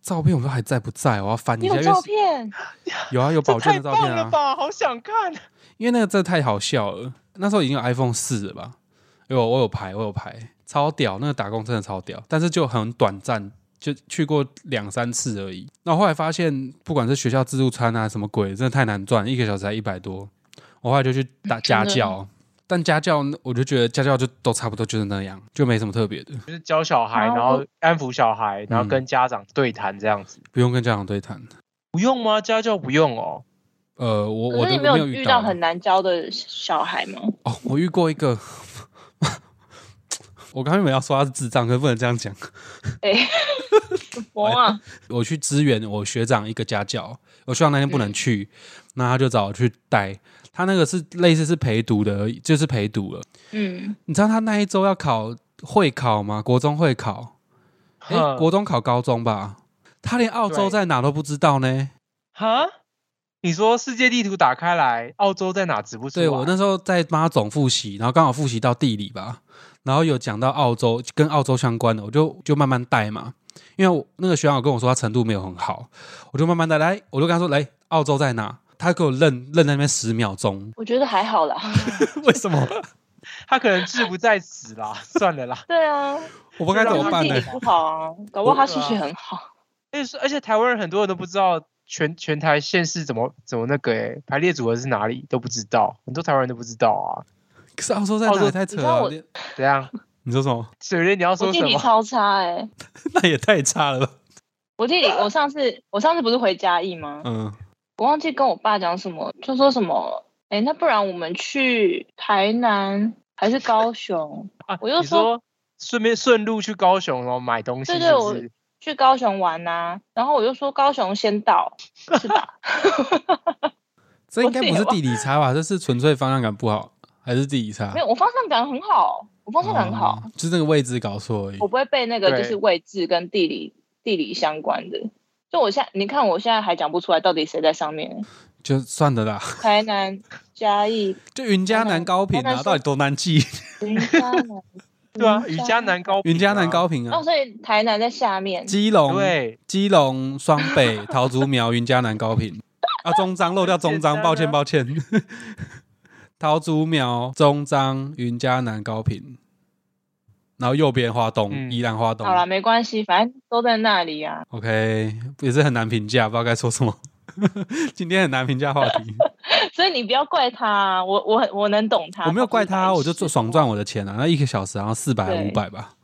A: 照片，我不知道还在不在，我要翻一
B: 你
A: 下，
B: 有
A: 因为
B: 照片，
A: 有啊有
C: 这
A: 宝剑
C: 太
A: 的照
C: 棒
A: 片
C: 了
A: 啊，
C: 吧！好想看。
A: 因为那个真的太好笑了。那时候已经有 iPhone 四了吧？因为我我有排，我有排，超屌，那个打工真的超屌，但是就很短暂，就去过两三次而已。那后来发现，不管是学校自助餐啊什么鬼，真的太难赚，一个小时才一百多。我后来就去打家教，但家教我就觉得家教就都差不多就是那样，就没什么特别的，
C: 就是教小孩，
B: 然
C: 然
B: 后
C: 后安抚小孩，然后跟家长对谈这样子。
A: 不用跟家长对谈。
C: 不用吗？家教不用哦。
A: 呃，我我
B: 可是
A: 的
B: 你
A: 没
B: 有
A: 遇
B: 遇到很难教的小孩吗？
A: 哦，我遇过一个， [laughs] 我刚原本要说他是智障，可是不能这样讲。
B: 我啊，
A: 我去支援我学长一个家教，我学长那天不能去，那他就找我去带。他那个是类似是陪读的而已，就是陪读了。
B: 嗯，，
A: 你知道他那一周要考会考吗？国中会考，哎、
C: 哼
A: 国中考高中吧？他连澳洲
C: 嗯对
A: 在哪都不知道呢。
C: 哈，你说世界地图打开来，澳洲在哪指不出啊
A: 对
C: 来？
A: 我那时候在帮他总复习，然后刚好复习到地理吧，然后有讲到澳洲跟澳洲相关的，我就就慢慢带嘛。因为我那个学长有跟我说他程度没有很好，我就慢慢带来，我就跟他说来澳洲在哪，他给我愣愣在那边十秒钟
B: [laughs] 我觉得还好啦。
A: 为什么？
C: 他可能志不在此啦， [laughs] 算了啦。
A: [laughs]
B: 对啊，
A: 我不知道该怎么办
B: 地
A: 呢
B: 理？不好啊，搞不好他数学很好。
C: 而且而且台湾人很多人都不知道全全台县市怎么怎么那个诶、排列组合是哪里都不知道，很多台湾人都不知道啊。
A: 可是澳洲在
C: 澳
A: 哪
C: 洲
A: 也太扯
B: 你知道
A: 了
B: 我
A: 吧，
C: 怎样？
A: 你说什么？ [laughs]
C: 水莲你要
B: 我
C: 说
B: 地
C: 什
B: 理
C: 么？
B: 超差哎，
A: 那也太差了吧？
B: 我地理我上次我上次不是回嘉义吗？
A: 嗯，
B: 我忘记跟我爸讲什么，就说什么，哎，那不然我们去台南还是高雄？
C: 啊
B: 我又
C: 你说顺便顺路去高雄，然后买东西，
B: 对
C: 是
B: 对
C: 不
B: 我
C: 是？
B: 去高雄玩呐、然后我就说高雄先到，
A: [laughs]
B: 是吧？
A: 这应该不是
B: 我
A: 地理差吧？这是纯粹方向感不好，还是地理差
B: 没？有，我方向感很好，我方向感很好，
A: 哦，就是那个位置搞错而已
B: 我。不会被那个
C: 对，
B: 就是位置跟地理地理相关的。就我现在，你看我现在还讲不出来到底谁在上面，
A: 就算了啦，
B: 台南、嘉义、
A: 就云嘉南高频
B: 台南
A: 啊，
B: 是
A: 到底多难记？
B: 云嘉
A: [laughs]
B: 南
C: 对啊，瑜伽
B: 南。
C: 南高，
A: 云嘉南，高频啊
B: 哦，，所以台南在下面。
A: 基隆
C: 对，
A: 基隆双北桃竹苗云嘉南高频啊，中彰
B: [laughs]
A: 漏掉中
C: 简单
A: 彰，
C: 啊
A: 抱歉抱歉。 [laughs] 桃竹苗、中彰、云嘉南高频，然后右边花东、
C: 嗯
A: 宜兰花东
B: 好。了，没关系，反正都在那里啊。 [laughs]
A: OK，也是很难评价，不知道该说什么。 [laughs] 今天很难评价话
B: [laughs]
A: 题，
B: 所以你不要怪他啊，我我很我能懂他。
A: 我没有怪
B: 白
A: 他，啊
B: 痴
A: 我就做爽赚我的钱啊。那一个小时好像四百
B: 对
A: 五百吧，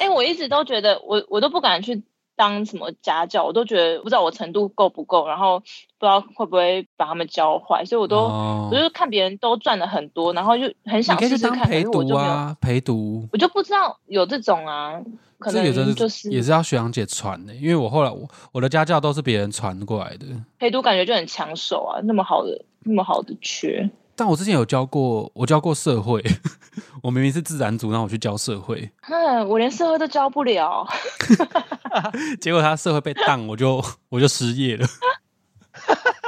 B: 哎、我一直都觉得我我都不敢去当什么家教，我都觉得不知道我程度够不够，然后不知道会不会把他们教坏，所以我都、
A: 哦
B: 我就看别人都赚了很多，然后就很
A: 你
B: 想
A: 可以
B: 试
A: 去
B: 试
A: 当
B: 看，可
A: 陪
B: 是我
A: 读
B: 就没有，
A: 啊，陪读。
B: 我就不知道有这种啊，可
A: 这有时候
B: 能
A: 是
B: 就是
A: 也是要学长姐传的、因为我后来我我的家教都是别人传过来的。
B: 陪读感觉就很抢手啊，那么好的那么好的缺，
A: 但我之前有教过，我教过社会， [laughs] 我明明是自然组，然后我去教社会，
B: 哼，我连社会都教不了，
A: 结果他社会被当，我就我就失业了。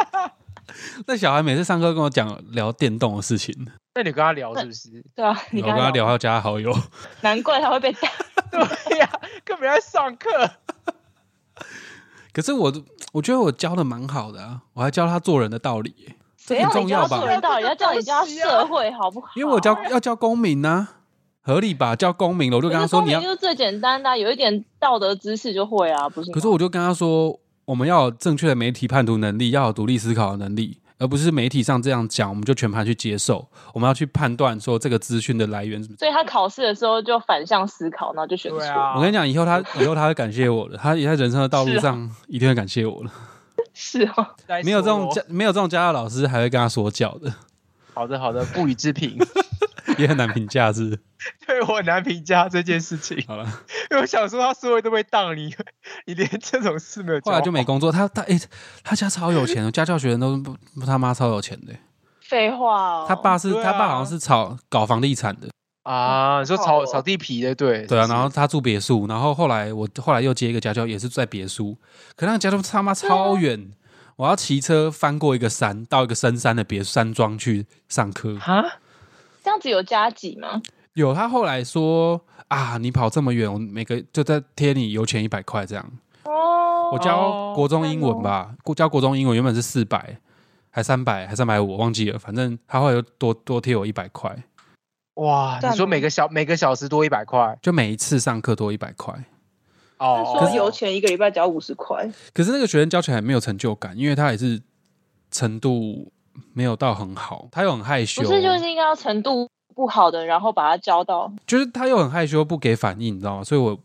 A: [laughs] 那小孩每次上课跟我讲聊电动的事情，
C: 那你跟他聊是不 [laughs] 是？
B: 对啊，你
A: 我
B: 刚
A: 跟他
B: 刚
A: 聊，还有加他好友，
B: 难怪他会被打，
C: 对哎呀，根本在上课。
A: 可是我我觉得我教的蛮好的啊，我还教他做人的道理耶、 [laughs] 这
B: 没
A: 很
B: 有
A: 重
B: 你叫
A: 要
B: 他
A: 吧？
B: 做人道理，要叫你叫他社会，好不好？啊
A: 因为我叫要叫公民呐、合理吧？叫公民了，我就
B: 我
A: 跟他
B: 觉得
A: 说
B: 公
A: 你要
B: 民就，是最简单的啊、有一点道德知识就会啊，不是吗？
A: 可是我就跟他说，我们要有正确的媒体叛徒能力，要有独立思考的能力，而不是媒体上这样讲，我们就全盘去接受，我们要去判断说这个资讯的来源是
B: 所以他考试的时候就反向思考，然后就选
C: [laughs] 对
B: 错。
C: 啊，
A: 我跟你讲，以后他以后他会感谢我的，他也在人生的道路上一定会感谢我的。
B: [laughs] 是哦，
C: 讲
A: 没有这种家，没有这种家教老师还会跟他说教的， [laughs]
C: 好的好的，不予置评。
A: 也很难评价是不是。
C: [laughs] 对我很难评价这件事情，
A: 好了，
C: 因为我想说他思维都被当你， [laughs] 你连这种事没有。
A: 后来就没。工作。他他诶、他家超有钱的，家教学生都不不他妈超有钱的。
B: 废话、哦。
A: 他爸是、
C: 对啊
A: 他爸好像是炒搞房地产的，
C: 啊，你说炒
B: 哦
C: 炒地皮的，对
A: 对啊。
C: 是不是
A: 然后他住别墅，然后后来我后来又接一个家教，也是在别墅，可那个家教他妈超远。我要骑车翻过一个山，到一个深山的别山庄去上课。
C: 哈，
B: 这样子有加几吗？
A: 有，他后来说啊，你跑这么远，我每个就在贴你油钱一百块这样。
B: 哦，
A: 我教国中英文吧，我教国中英文原本是四百，还三百，还三百五，忘记了，反正他后来又多多贴我一百块，
C: 哇，
B: 对啊
C: 你说每个小每个小时多一百块
A: 就每一次上课多一百块。
B: 他
C: 哦，
B: 说
A: 是
B: 油钱一个礼拜只要五十块，
A: 可是那个学生教起来没有成就感，因为他也是程度没有到很好，他又很害羞，
B: 不是就是应该要程度不好的，然后把它教到
A: 就是他又很害羞，不给反应，你知道吗？所以我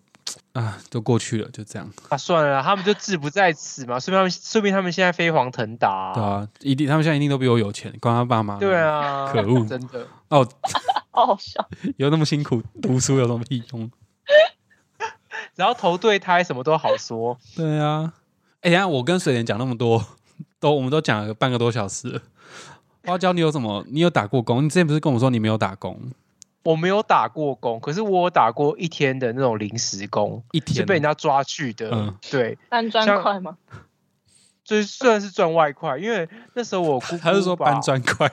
A: 啊，都过去了，就这样。
C: 啊，算了啦，他们就志不在此嘛，说明他们说明他们现在飞黄腾达
A: 对啊，一定他们现在一定都比我有钱，光他爸妈。
C: 对，啊，
A: 可恶
C: 真的，
A: 哦，
B: 好好笑。
A: 有那么辛苦读书有什么屁用？
C: 只要投对胎什么都好说，
A: 对啊，哎、呀，我跟水莲讲那么多，都我们都讲了半个多小时了。花椒，你有什么？你有打过工？你之前不是跟我说你没有打工
C: 我没有打过工，可是我有打过一天的那种临时工，
A: 一
C: 是
A: 天？
C: 被人家抓去的。
A: 嗯
C: 对，
B: 搬砖
C: 像
B: 块吗？
C: 就是虽然是赚外快，因为那时候我姑姑
A: 他是说
C: 吧
A: 搬，砖块。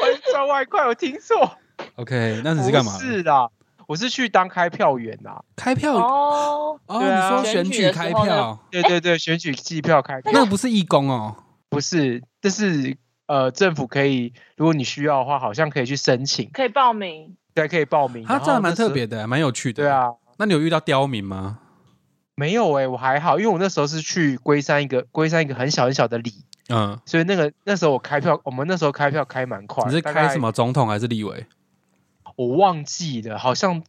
C: 我是赚外快，我听错。
A: OK，那
C: 不
A: 你是干嘛？
C: 是啦，我是去当开票员啊呐。
A: 开票哦
B: 哦，
C: 对啊
A: 你说选举开
B: 选举的时
A: 票，
C: 对对对，选举计票开票
A: 哎那个不是义工哦。
C: 不是，这是呃政府可以，如果你需要的话，好像可以去申请，
B: 可以报名。
C: 对，可以报名。
A: 他
C: 然后
A: 啊这还蛮
C: 那时候
A: 特。别的，蛮有趣的。
C: 对，啊，
A: 那你有遇到刁民吗？
C: 没有哎、我还好，因为我那时候是去龟山一个龟山一个很小很小的里，
A: 嗯，
C: 所以那个那时候我开票，我们那时候开票开蛮快，
A: 你是
C: 大
A: 开
C: 概
A: 什？么总统还是立委？
C: 我忘记了，好像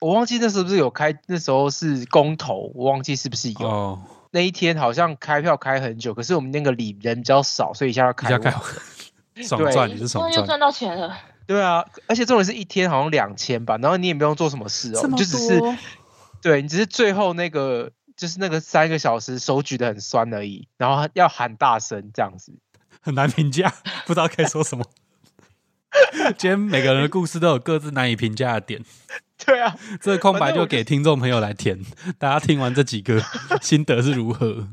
C: 我忘记那时候是不是有开，那时候是公投，我忘记是不是有、
A: 哦，
C: 那一天好像开票开很久，可是我们那个里人比较少，所以一下要
A: 比较
C: 开完
A: 开
C: [laughs]
A: 爽
C: 对
A: 赚，你是爽
B: 终于
A: 赚。
B: 赚到钱了，
C: 对啊，而且重点是一天好像两千吧，然后你也不用做什么事哦，
A: 这
C: 你
A: 么
C: 就只是
A: 多
C: 对你只是最后那个就是那个三个小时手举的很酸而已，然后要喊大声这样子。
A: 很难评价，不知道该说什么。 [laughs] 今天每个人的故事都有各自难以评价的点，
C: 对啊，
A: 这个空白
C: 反正
A: 就
C: 我就
A: 给听众朋友来填。大家听完这几个心得是如何？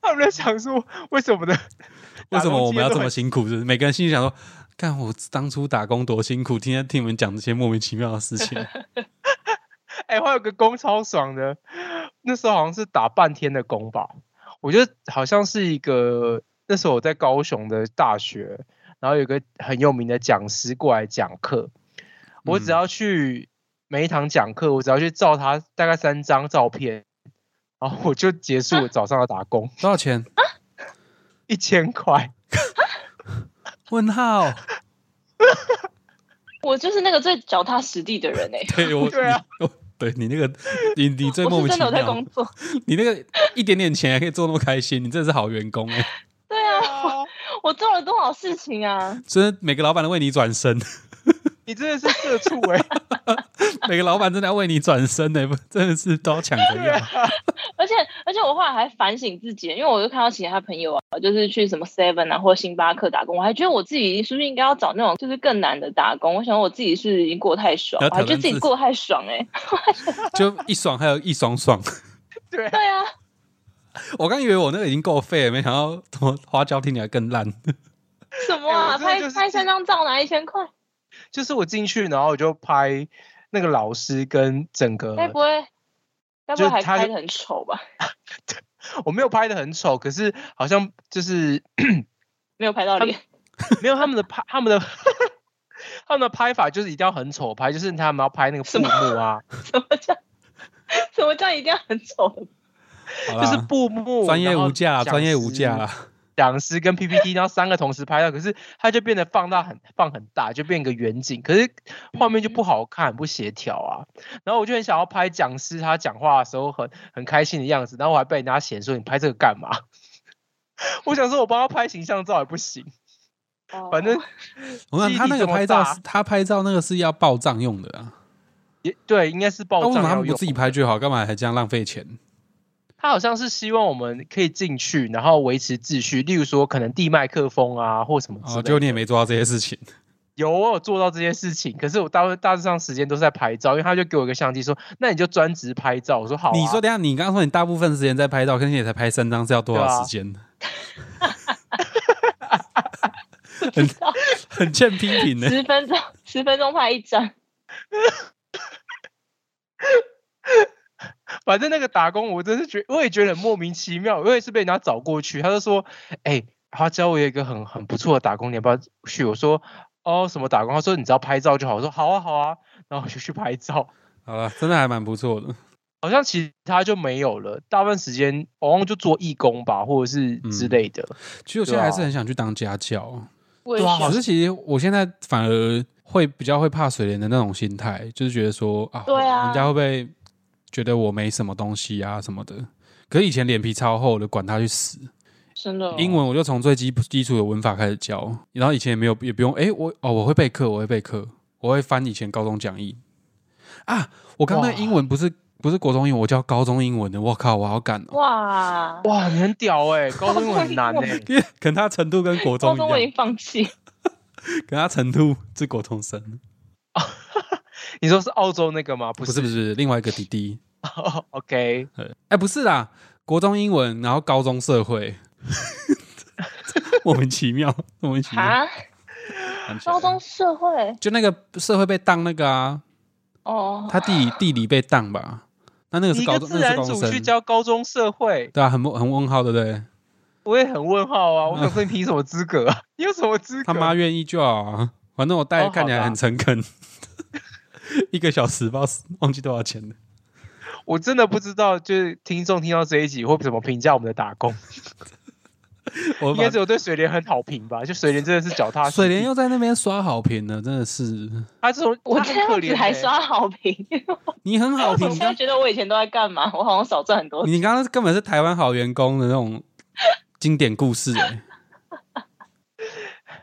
C: 他们在想说为什么呢？ [laughs]
A: 为什么我们要这么
C: 打东西
A: 辛苦？ [laughs] 就是每个人心里想说：“看我当初打工多辛苦，今天听你们讲这些莫名其妙的事情。
C: 都很？哎、我有个工超爽的，那时候好像是打半天的工吧，我觉得好像是一个那时候我在高雄的大学，然后有个很有名的讲师过来讲课，我只要去每一堂讲课，我只要去照他大概三张照片，然后我就结束我早上的打工，”
A: 多少钱？
C: 一千块。
A: 问号？
B: 我就是那个最脚踏实地的人
A: [laughs]
B: 哎、欸。
A: 对我，
C: 对啊
A: 你，我对你那个，你你最莫
B: 我是
A: 名其
B: 真的有在
A: 妙
B: 工，作，
A: 你那个一点点钱还可以做那么开心，你真的是好员工哎、
B: 对啊，我做了多少事情啊？
A: 真的每个老板都为你转身。
C: [laughs]
A: [laughs]
C: 你真的是社畜哎、
A: 每个老板真的要为你转身呢、不真的是都要抢着
C: 啊
A: 要。
B: 而且而且我后来还反省自己，因为我就看到其他朋友啊，就是去什么 Seven 啊或星巴克打工，我还觉得我自己是不是应该要找那种就是更难的打工？我想我自己是已经过太爽
A: 要，
B: 我
A: 挑
B: 还
A: 战
B: 觉得自
A: 自己
B: 己过太爽哎、欸。
A: 就一爽还有一爽爽。
C: [laughs]
A: [laughs]
C: 对啊，
B: 对啊，
A: 我刚以为我那个已经够废了，没想到怎么花椒听起来更烂。
B: 什么啊？
C: 哎我真的
B: 拍
C: 就是
B: 拍三张照拿一千块，
C: 就是我进去，然后我就拍那个老师跟整个
B: 哎该不会该不会
C: 呃就
B: 还
C: 他
B: 拍
C: 就
B: 的很丑吧？ [laughs]
C: 我没有拍的很丑，可是好像就是 [coughs]
B: 没有拍到脸，
C: 没有他们的拍他们的 [laughs] 他们的拍法就是一定要很丑拍，就是他们要拍那个
B: 什
C: 布
B: 么
C: 幕啊，
B: 什么叫什么叫一定要很丑的？
A: 好
C: 就是
A: 啦，
C: 布幕，
A: 专业
C: 然后
A: 无价，
C: 讲
A: 专业无
C: 师
A: 价啦。
C: 讲师跟 PPT，然后三个同时拍到，可是它就变得放大很放很大，就变一个远景，可是画面就不好看，不协调啊。然后我就很想要拍讲师他讲话的时候很很开心的样子，然后我还被人家嫌说你拍这个干嘛？ [laughs] 我想说我帮他拍形象照也不行，反正
B: 哦
A: 我看
C: 记忆
A: 他
C: 力
A: 那个
C: 这么
A: 拍照
C: 大
A: 是，他拍照那个是要报账用的啊。
C: 也对，应该是
A: 那
C: 爆
A: 啊为什
C: 炸
A: 么他
C: 要
A: 们不
C: 用啊
A: 自。己拍就好？干嘛还这样浪费钱？
C: 他好像是希望我们可以进去，然后维持秩序，例如说可能递麦克风啊或什么之
A: 哦，
C: 类
A: 就
C: 的。
A: 你也没做到这些事情。
C: 有我有做到这些事情，可是我大部大致上时间都是在拍照，因为他就给我一个相机说，那你就专职拍照。我说好、啊，
A: 你说等一下，你刚刚说你大部分时间在拍照，可是你也才拍三张，是要多
C: 对
A: 少
C: 啊
A: 时间？ [laughs]
C: [laughs]
A: 很很欠批评呢、
B: 十分钟，十分钟拍一张，
C: 反正那个打工，我真是觉，我也觉得很莫名其妙。我也是被人家找过去，他就说：“哎、他教我有一个很很不错的打工，你要不要去？”我说：“哦，什么打工？”他说：“你只要拍照就好。”我说：“好啊，好啊。”然后我就去拍照。
A: 好了，真的还蛮不错的。
C: 好像其他就没有了，大部分时间好像就做义工吧，或者是之
A: 嗯
C: 类的。
A: 其实我现在还是很想去当家教，
B: 我也
C: 对啊
B: 想
A: 可是其实我现在反而会比较会怕水莲的那种心态，就是觉得说啊，
B: 对啊
A: 人家会不会觉得我没什么东西啊什么的？可是以前脸皮超厚的，管他去死。
B: 真
C: 哦
B: 的
A: 英文我就从最基基础的文法开始教，然后以前也没有也不用，诶，我哦我会备课，我会备课，我会翻以前高中讲义啊。我刚那
C: 哇
A: 英文不是不是国中英文，我教高中英文的，我靠，我好敢哦。 [laughs]
B: 哇，
C: 哇，你很屌哎、高
B: [laughs] 哦
C: 中英文很难哎、
A: 因为可能他程度跟国中
B: 高
A: 一
B: 中我已
A: 样，
B: 经放弃，
A: 可能他程度是国中生，
C: 你说是澳洲那个吗？不
A: 不
C: 是，
A: 是不是，另外一个弟弟，
C: [laughs] o k
A: 对哎不是啦，国中英文，然后高中社会， [laughs] 莫名其妙，莫名其妙，
B: 啊，
A: 完全
B: 高中社会
A: 就那个社会被当那个啊，
B: 哦，
A: 他地理地理被当吧？那那个
C: 你
A: 是
C: 一
A: 高
C: 个
A: 中，
C: 自
A: 那是
C: 然
A: 高中
C: 组去
A: 生，
C: 教高中社会，
A: 对啊，很问很问号，对不对？
C: 我也很问号啊！我想说你凭什么资格啊？ [laughs] 你有什么资格？
A: 他
C: [laughs]
A: 妈愿意就好啊，反正我带
C: 哦
A: 看起
C: 好
A: 来
C: 吧
A: 很诚恳。 [laughs] 一个小时吧，忘记多少钱了。
C: 我真的不知道，就是听众听到这一集会怎么评价我们的打工？
A: 我
C: 应该
A: 把
C: 只有对水莲很好评吧？就水莲真的是脚踏实地
A: 水莲又在那边刷好评了，真的是
C: 他这种
B: 我
C: 他
B: 这
C: 很
B: 样
C: 可
B: 子
C: 怜
B: 还
C: 欸
B: 刷好评，
C: 哦
A: 你很好
B: 我
A: 评，
B: 现在觉得我以前都在干嘛？我好像少赚很多钱。
A: 你刚刚根本是台湾好员工的那种经典故事、欸。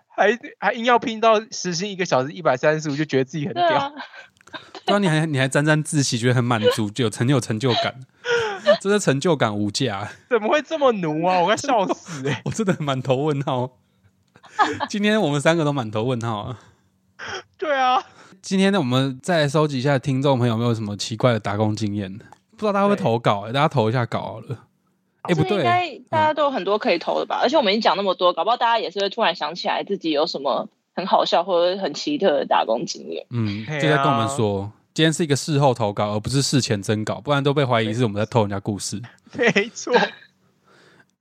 C: 还还硬要拼到时薪一个小时一百三十五，就觉得自己很
B: 对
C: 屌。
B: 啊，
A: 对啊，你还你还沾沾自喜，觉得很满足，就有很有成就感，这是成就感无价、
C: 怎么会这么奴啊？我快笑
A: [laughs]
C: 死哎、
A: 我真的满头问号。今天我们三个都满头问号啊！
C: 对啊，
A: 今天呢，我们再来收集一下听众朋友有没有什么奇怪的打工经验，不知道大家会不会
C: 对
A: 投稿、欸？大家投一下稿好了。哎、不
B: 这应
A: 对，
B: 该大家都有很多可以投的吧？而且我们已经讲那么多，搞不好大家也是会突然想起来自己有什么很好笑或者很奇特的打工经验。
A: 嗯，
C: 嘿啊
A: 就在跟我们说，今天是一个事后投稿，而不是事前征稿，不然都被怀疑是我们在偷人家故事。
C: 没
A: [laughs]
C: 错，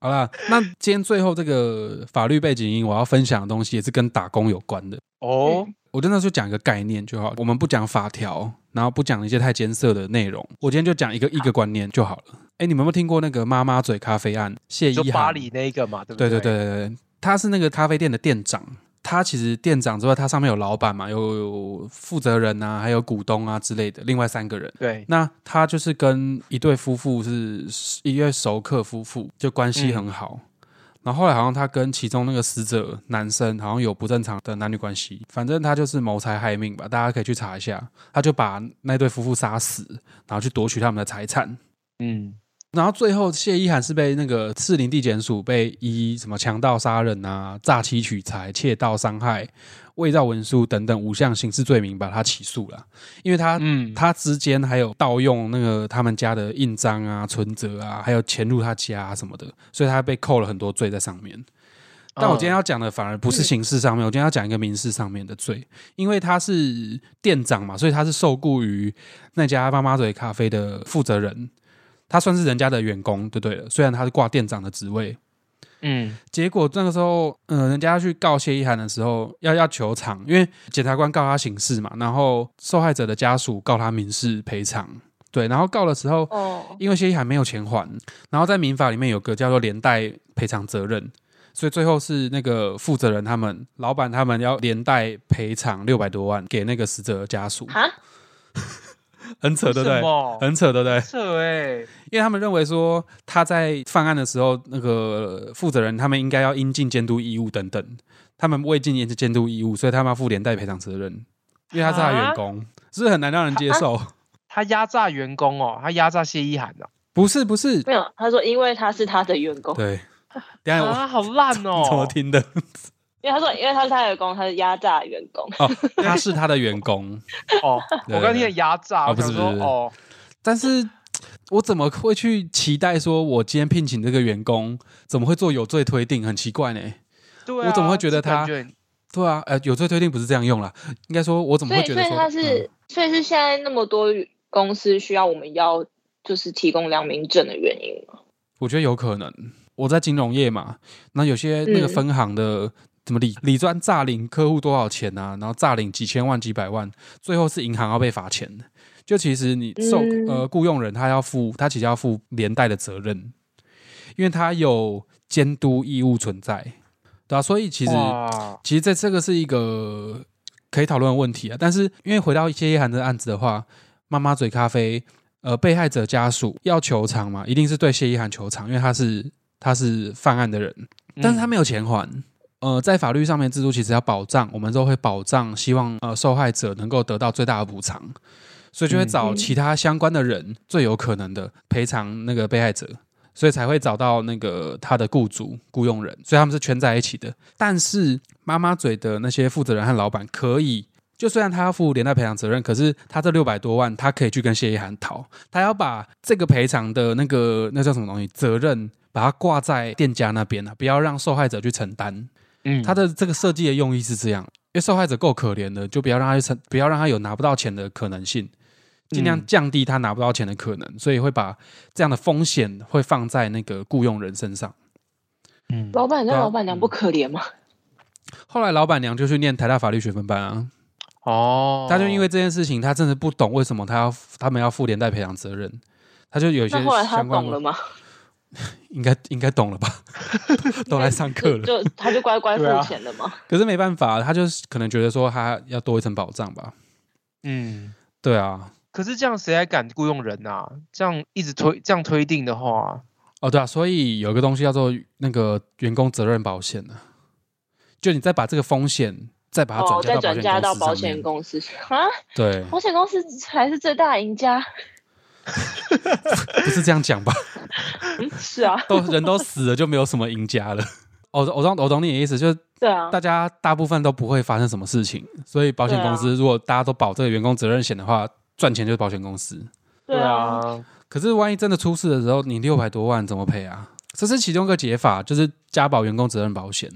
A: 好啦，那今天最后这个法律背景音，我要分享的东西也是跟打工有关的。
C: 哦
B: 嗯，
A: 我真的就讲一个概念就好，我们不讲法条，然后不讲一些太艰涩的内容。我今天就讲一个一个观念就好了。哎，你们有没有听过那个妈妈嘴咖啡案？谢
C: 就
A: 依
C: 巴
A: 涵，
C: 黎那一个嘛，对不
A: 哎对对
C: 对
A: 对对对，他是那个咖啡店的店长。他其实店长之外，他上面有老板嘛，有有负责人啊，还有股东啊之类的，另外三个人。
C: 对
A: 那他就是跟一对夫妇是一对熟客夫妇，就关系很好。然后后来好像他跟其中那个死者男生好像有不正常的男女关系，反正他就是谋财害命吧，大家可以去查一下。他就把那对夫妇杀死，然后去夺取他们的财产。
C: 嗯，
A: 然后最后谢依涵是被那个士林地检署被以什么强盗杀人啊、诈欺取财、窃盗伤害、伪造文书等等五项刑事罪名把他起诉了，因为他
C: 嗯
A: 他之间还有盗用那个他们家的印章啊、存折啊，还有潜入他家、啊什么的，所以他被扣了很多罪在上面。但我
C: 嗯
A: 今天要讲的反而不是刑事上面，我今天要讲一个民事上面的罪，因为他是店长嘛，所以他是受雇于那家妈妈嘴咖啡的负责人，他算是人家的员工，对对了。虽然他是挂店长的职位，
C: 嗯
A: 结果那个时候，呃，人家去告谢依涵的时候，要要求偿，因为检察官告他刑事嘛，然后受害者的家属告他民事赔偿。对，然后告的时候，
B: 哦，
A: 因为谢依涵没有钱还，然后在民法里面有个叫做连带赔偿责任，所以最后是那个负责人他们、老板他们要连带赔偿六百多万给那个死者的家属，
B: 哈，
A: 很扯，对不
C: 什
A: 对？
C: 么？
A: 很扯，对不对？
C: 扯哎、
A: 因为他们认为说他在犯案的时候，那个负责人他们应该要应尽监督义务等等，他们未尽监督义务，所以他们要负连带赔偿责任，因为他是他的
B: 啊
A: 员工，是不是很难让人接受。
C: 他压榨员工哦，他压榨谢依涵啊的、
A: [laughs] 不是不是，
B: 没有，他说因为他是他的员工，
A: 对，等哎一下我、
C: 啊，好烂哦！
A: [laughs] 怎么听的？
B: 因为他说因为他是他的员工，他是压榨员工，
A: 哦，他是他的员工，
C: 哦，
A: 对
C: 我刚听的压榨，
A: 哦
C: 我
A: 不是
C: 想说
A: 不是
C: 哦，
A: 但是。我怎么会去期待说，我今天聘请这个员工怎么会做有罪推定？很奇怪呢。
C: 对啊，
A: 我怎么会觉得
C: 这感
A: 他
C: 觉很
A: 对啊，呃，有罪推定不是这样用啦，应该说，我怎么会
B: 所以
A: 觉
B: 所
A: 得
B: 以
A: 说
B: 他是、
A: 嗯
B: 所以是现在那么多公司需要我们要就是提供良民证的原因吗？
A: 我觉得有可能。我在金融业嘛，那有些那个
B: 嗯
A: 分行的怎么理理专诈领客户多少钱啊，然后诈领几千万、几百万，最后是银行要被罚钱的。就其实你受、
B: 嗯
A: 呃雇佣人他要负，他其实要负连带的责任，因为他有监督义务存在，对啊，所以其实
C: 哇
A: 其实这这个是一个可以讨论的问题啊。但是因为回到谢依涵的案子的话，妈妈嘴咖啡，呃，被害者家属要求偿嘛，一定是对谢依涵求偿，因为他是他是犯案的人，但是他
C: 嗯
A: 没有钱还。呃，在法律上面，制度其实要保障，我们都会保障，希望呃受害者能够得到最大的补偿，所以就会找
B: 嗯
A: 其他相关的人最有可能的赔偿那个被害者，所以才会找到那个他的雇主、雇佣人，所以他们是圈在一起的。但是妈妈嘴的那些负责人和老板可以。就虽然他要负连带赔偿责任，可是他这六百多万，他可以去跟谢依涵讨，他要把这个赔偿的那个那叫什么东西责任，把它挂在店家那边啊，不要让受害者去承担。
C: 嗯
A: 他的这个设计的用意是这样，因为受害者够可怜的，就不要让他去承，不要让他有拿不到钱的可能性，尽量
C: 嗯
A: 降低他拿不到钱的可能，所以会把这样的风险会放在那个雇佣人身上。
C: 嗯
B: 老板
A: 对
B: 让
A: 啊
B: 老板娘不可怜吗？
A: 后来老板娘就去念台大法律学分班啊，
C: 哦，
A: 她就因为这件事情，她真的不懂为什么她要他们要负连带赔偿责任，她就有一些
B: 那后来他
A: 相关
B: 懂了
A: 问，
B: 吗？
A: 应该应该
B: [laughs]
A: 懂了吧，都来上课
B: 就 [laughs]
A: 了。
B: 就他就乖乖
C: 对啊
B: 付钱了吗？
A: 可是没办法，他就是可能觉得说他要多一层保障吧。
C: 嗯，
A: 对啊，
C: 可是这样谁还敢雇佣人啊？这样一直推这样推定的话，
A: 哦对啊，所以有一个东西叫做那个员工责任保险呢、啊就你再把这个风险再把它
B: 哦，再
A: 转
B: 转
A: 嫁
B: 嫁
A: 到
B: 到
A: 保
B: 保
A: 险
B: 险
A: 公
B: 公司啊，
A: 司上面。对，
B: 保险公司还是最大的赢家。
A: 不是这样讲吧？
B: 嗯， [laughs] 是啊，
A: 都人都死了，就没有什么赢家了。我我懂我懂你的意思，就是
B: 对啊，
A: 大家大部分都不会发生什么事情，所以保险公司如果大家都保这个员工责任险的话，赚钱就是保险公司。
B: 对啊，，
A: 可是万一真的出事的时候，你六百多万怎么赔啊？这是其中一个解法，就是加保员工责任保险。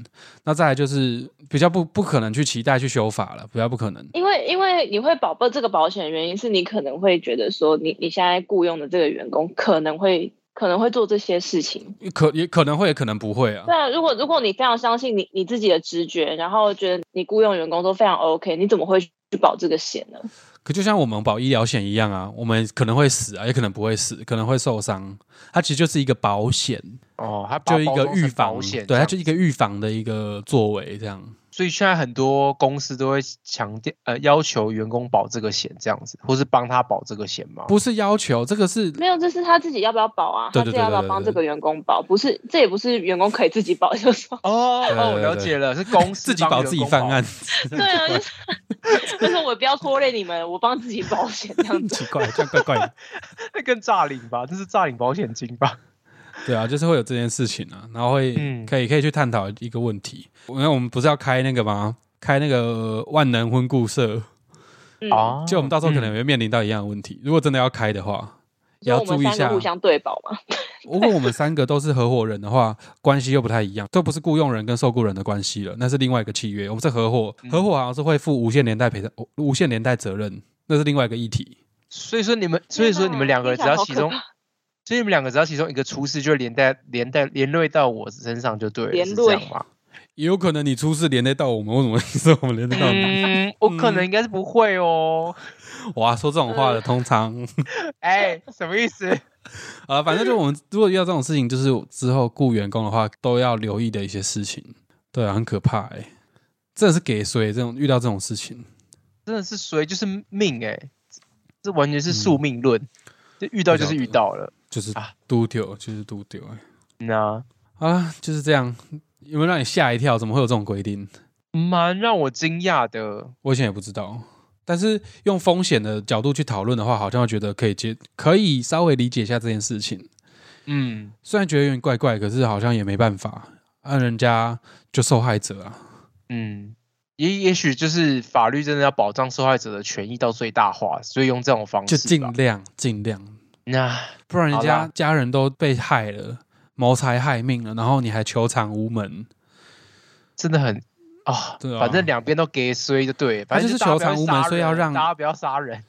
A: 那再来就是比较不不可能去期待去修法了，比较不可能。
B: 因为因为你会保报这个保险的原因是你可能会觉得说你你现在雇佣的这个员工可能会可能会做这些事情。
A: 可也可能会，也可能不会啊
B: 对。啊，如果如果你非常相信你你自己的直觉，然后觉得你雇佣员工都非常 OK，你怎么会去保这个险呢？
A: 可就像我们保医疗险一样啊，我们可能会死啊，也可能不会死，可能会受伤。它其实就是一个保险，
C: 哦，还把
A: 就一
C: 包
A: 个
C: 装成
A: 预防
C: 保，险，
A: 对，它
C: 他
A: 就一个预防的一个作为这样。
C: 所以现在很多公司都会强调，呃，要求员工保这个险，这样子，或是帮他保这个险嘛。
A: 不是要求，这个是
B: 没有，这是他自己要不要保啊？
A: 对
B: 他
A: 对对
B: 自己要不要
A: 对对
B: 帮
A: 对
B: 这个员工保？不是，这也不是员工可以自己保，就是
A: [laughs]
B: 说，
C: 哦，
A: 对对
C: 哦，我
A: 对
C: 了
A: 对
C: 解了，是公司
A: [laughs] 自己保
C: 帮
A: 自己
C: 员工
A: 犯案，
B: 对啊，就是就是我不要拖累你们，我帮自己保险这样子。
A: [laughs] 奇怪，这样怪怪的。
C: 保，那跟诈领吧，这是诈领保险金
A: [laughs]
C: 吧？
A: 对啊，就是会有这件事情啊，然后会、
C: 嗯
A: 可以可以去探讨一个问题，因为我们不是要开那个吗？开那个万能婚顾社，
B: 嗯，
C: 哦，
A: 就我们到时候可能会面临到一样的问题。如果真的要开的话，也要
B: 所以我们
A: 注意一
B: 三
A: 下
B: 个。互相对保嘛。
A: 如果我们三个都是合伙人的话，关系又不太一样，都不是雇佣人跟受雇人的关系了，那是另外一个契约。我们是合伙，
C: 嗯
A: 合伙好像是会负无限连带赔偿、无限连带责任，那是另外一个议题。
C: 所以说你们，所以说你们两个
B: 听
C: 只
B: 起来
C: 要
B: 好
C: 其
B: 可
C: 中
B: 怕，
C: 所以你们两个只要其中一个出事，就连带连带连累到我身上就对了，
B: 连
C: 是这样
B: 累
A: [laughs]
C: 吗？
A: 也有可能你出事连累到我们，为什么 [laughs] 你说我们连累到你？
C: 嗯，我可能应该是不会
B: [laughs]
C: 哦。
A: 哇，说这种
B: 嗯
A: 话的通常
C: 哎、什么意思？
A: 啊，反正就我们如果遇到这种事情，就是之后雇员工的话，都要留意的一些事情。对啊，很可怕哎、真的是给谁这种遇到这种事情，
C: 真的是谁就是命哎、这完全是宿命
A: 嗯
C: 论，就遇到就是遇到了。嗯
A: 就是
C: 啊
A: 丢丢，就是丢丢哎。
C: 那
A: 好啦，就是这样。有没有让你吓一跳？怎么会有这种规定？
C: 蛮让我惊讶的，
A: 我以前也不知道。但是用风险的角度去讨论的话，好像会觉得可以接，可以稍微理解一下这件事情。
C: 嗯，
A: 虽然觉得有点怪怪，可是好像也没办法。啊，人家就受害者啊，
C: 嗯，也也许就是法律真的要保障受害者的权益到最大化，所以用这种方
A: 就
C: 式
A: 尽
C: 吧嗯啊
A: 量尽量，
C: 那
A: 不然人
C: 好
A: 家
C: 啦
A: 家人都被害了，谋财害命了，然后你还求偿无门，
C: 真的很啊，
A: 对啊
C: 反正两边都给衰就对了，
A: 他
C: 反
A: 就
C: 正
A: 是
C: 大家不
A: 求偿无门
C: 杀人
A: 所以要让
C: 大家不要杀人。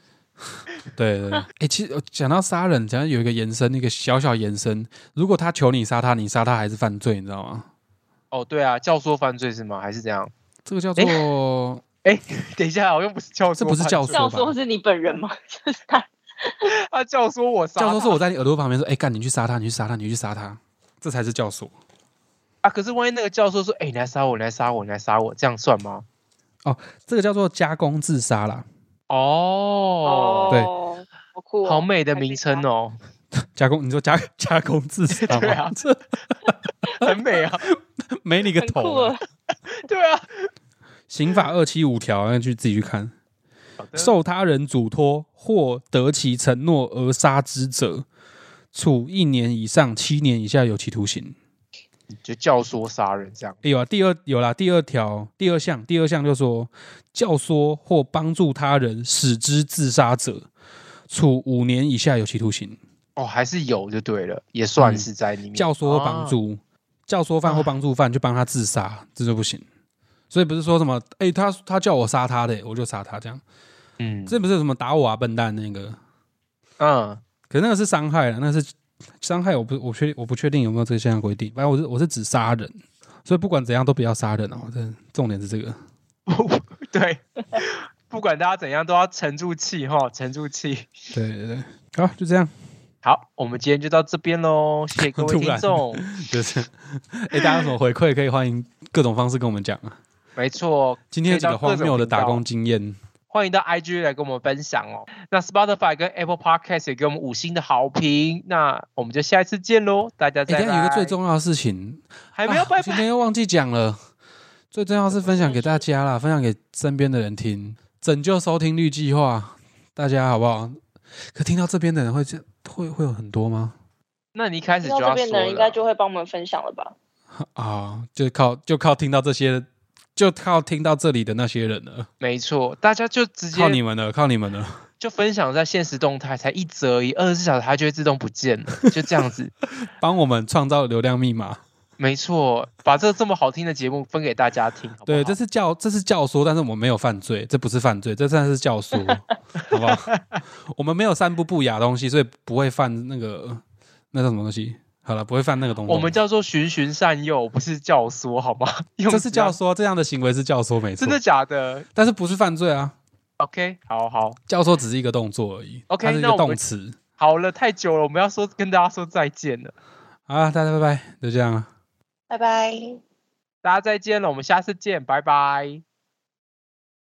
A: 对对对。
C: [laughs]
A: 哎、其实呃讲到杀人，讲到有一个延伸，一个小小延伸，如果他求你杀他，你杀他还是犯罪，你知道吗？
C: 哦，对啊，教唆犯罪是吗？还是这样？ [laughs]
A: 这个叫做、
C: 等一下，好像不是教唆犯罪，
A: 这不是教
B: 教
A: 唆吧
B: 唆是你本人吗？ [laughs] 就是他，
C: 他啊教唆我杀他，
A: 教唆，是我在你耳朵旁边说：“哎、干，你去杀他，你去杀他，你去杀他。”这才是教唆
C: 啊！可是万一那个教授说：“哎、你来杀我，你来杀我，你来杀我”，这样算吗？
A: 这个叫做加工自杀啦。
C: 哦，
A: 对
B: 哦，好酷哦，
C: 好美的名
A: [laughs]
C: 称哦，
A: 加工，你说加 [laughs] 加工自杀吗？
C: 对啊
A: 这
C: [laughs] 很美啊，
A: 没你个
B: 很酷
A: 头啊、
B: 哦，
C: 对啊。
A: 刑法二七五条，那去自己去看。
C: 好的
A: 受他人嘱托或得其承诺而杀之者，处一年以上七年以下有期徒刑。
C: 就教唆杀人这样，
A: 诶有啊，第二有啦，第二条第二项，第二项就说教唆或帮助他人使之自杀者，处五年以下有期徒刑。
C: 哦，还是有就对了，也算是在里面、
A: 嗯教唆或帮
C: 啊
A: 助，教唆犯或帮助犯就帮他自杀，这就不行。所以不是说什么，诶，他他叫我杀他的、我就杀他这样，
C: 嗯，
A: 这不是什么打我啊笨蛋那个，
C: 嗯，
A: 可是那个是伤害了，那个是伤害我，不我确我不确定有没有这项规定。反正我是我是指杀人，所以不管怎样都不要杀人哦。这重点是这个。
C: 对， [laughs] 不管大家怎样，都要沉住气哈，沉住气。
A: 对对对，好，就这样。
C: 好，我们今天就到这边喽，谢谢各位
A: [laughs] 突然
C: 听众。
A: [laughs] 就是，哎、大家有什么回馈可以欢迎各种方式跟我们讲啊。
C: 没错，
A: 今天有
C: 可以
A: 几
C: 到
A: 个荒
C: 各种
A: 谬的
C: 频
A: 打
C: 道
A: 工经验，
C: 欢迎到 IG 来跟我们分享哦。那 Spotify 跟 Apple Podcast 也给我们五星的好评。那我们就下一次见喽，大家
A: 哎、
C: 再
A: 等一下有一个最
C: 拜
A: 重要的事情，
C: 啊还没有
A: 啊
C: 拜
A: 今
C: 拜。
A: 天又忘记讲了。最重要是分享给大家啦，分享给身边的人听，拯救收听率计划，大家好不好？可听到这边的人会这会会有很多吗？
C: 那你一开始
B: 啊听到
C: 就
B: 这
C: 要
B: 边
C: 说
B: 的人应该
C: 了，
B: 就会帮我们分享了吧？
A: 啊，就靠就靠听到这些，就靠听到这里的那些人了，
C: 没错，大家就直接
A: 靠你们了，靠你们了。
C: 就分享在现实动态，才一折而已，二十四小时它就会自动
A: [laughs]
C: 不见了，就这样子。
A: 帮我们创造流量密码，
C: 没错，把这这么好听的节目分给大家听，好不好
A: 对，这是教这是教唆，但是我们没有犯罪，这不是犯罪，这算是教
C: [laughs]
A: 唆，好不好？我们没有散布不雅东西，所以不会犯那个那叫什么东西？好了，不会犯那个东西。
C: 我们叫做循循善诱，不是教唆，好吗？用
A: 这是
C: 词
A: 教
C: 要
A: 唆，这样的行为是教唆，没错
C: 真。的假的
A: 但是不是犯罪啊？
C: ？OK，好好
A: 教唆只是一个动作而已
C: OK，
A: 它是一
C: 那
A: 个
C: 我们
A: 动词
C: 好了，太久了，我们要说跟大家说再见了。
A: 啊。大家拜拜，就这样啊。
B: 拜拜。
C: 大家再见了，我们下次见，拜拜。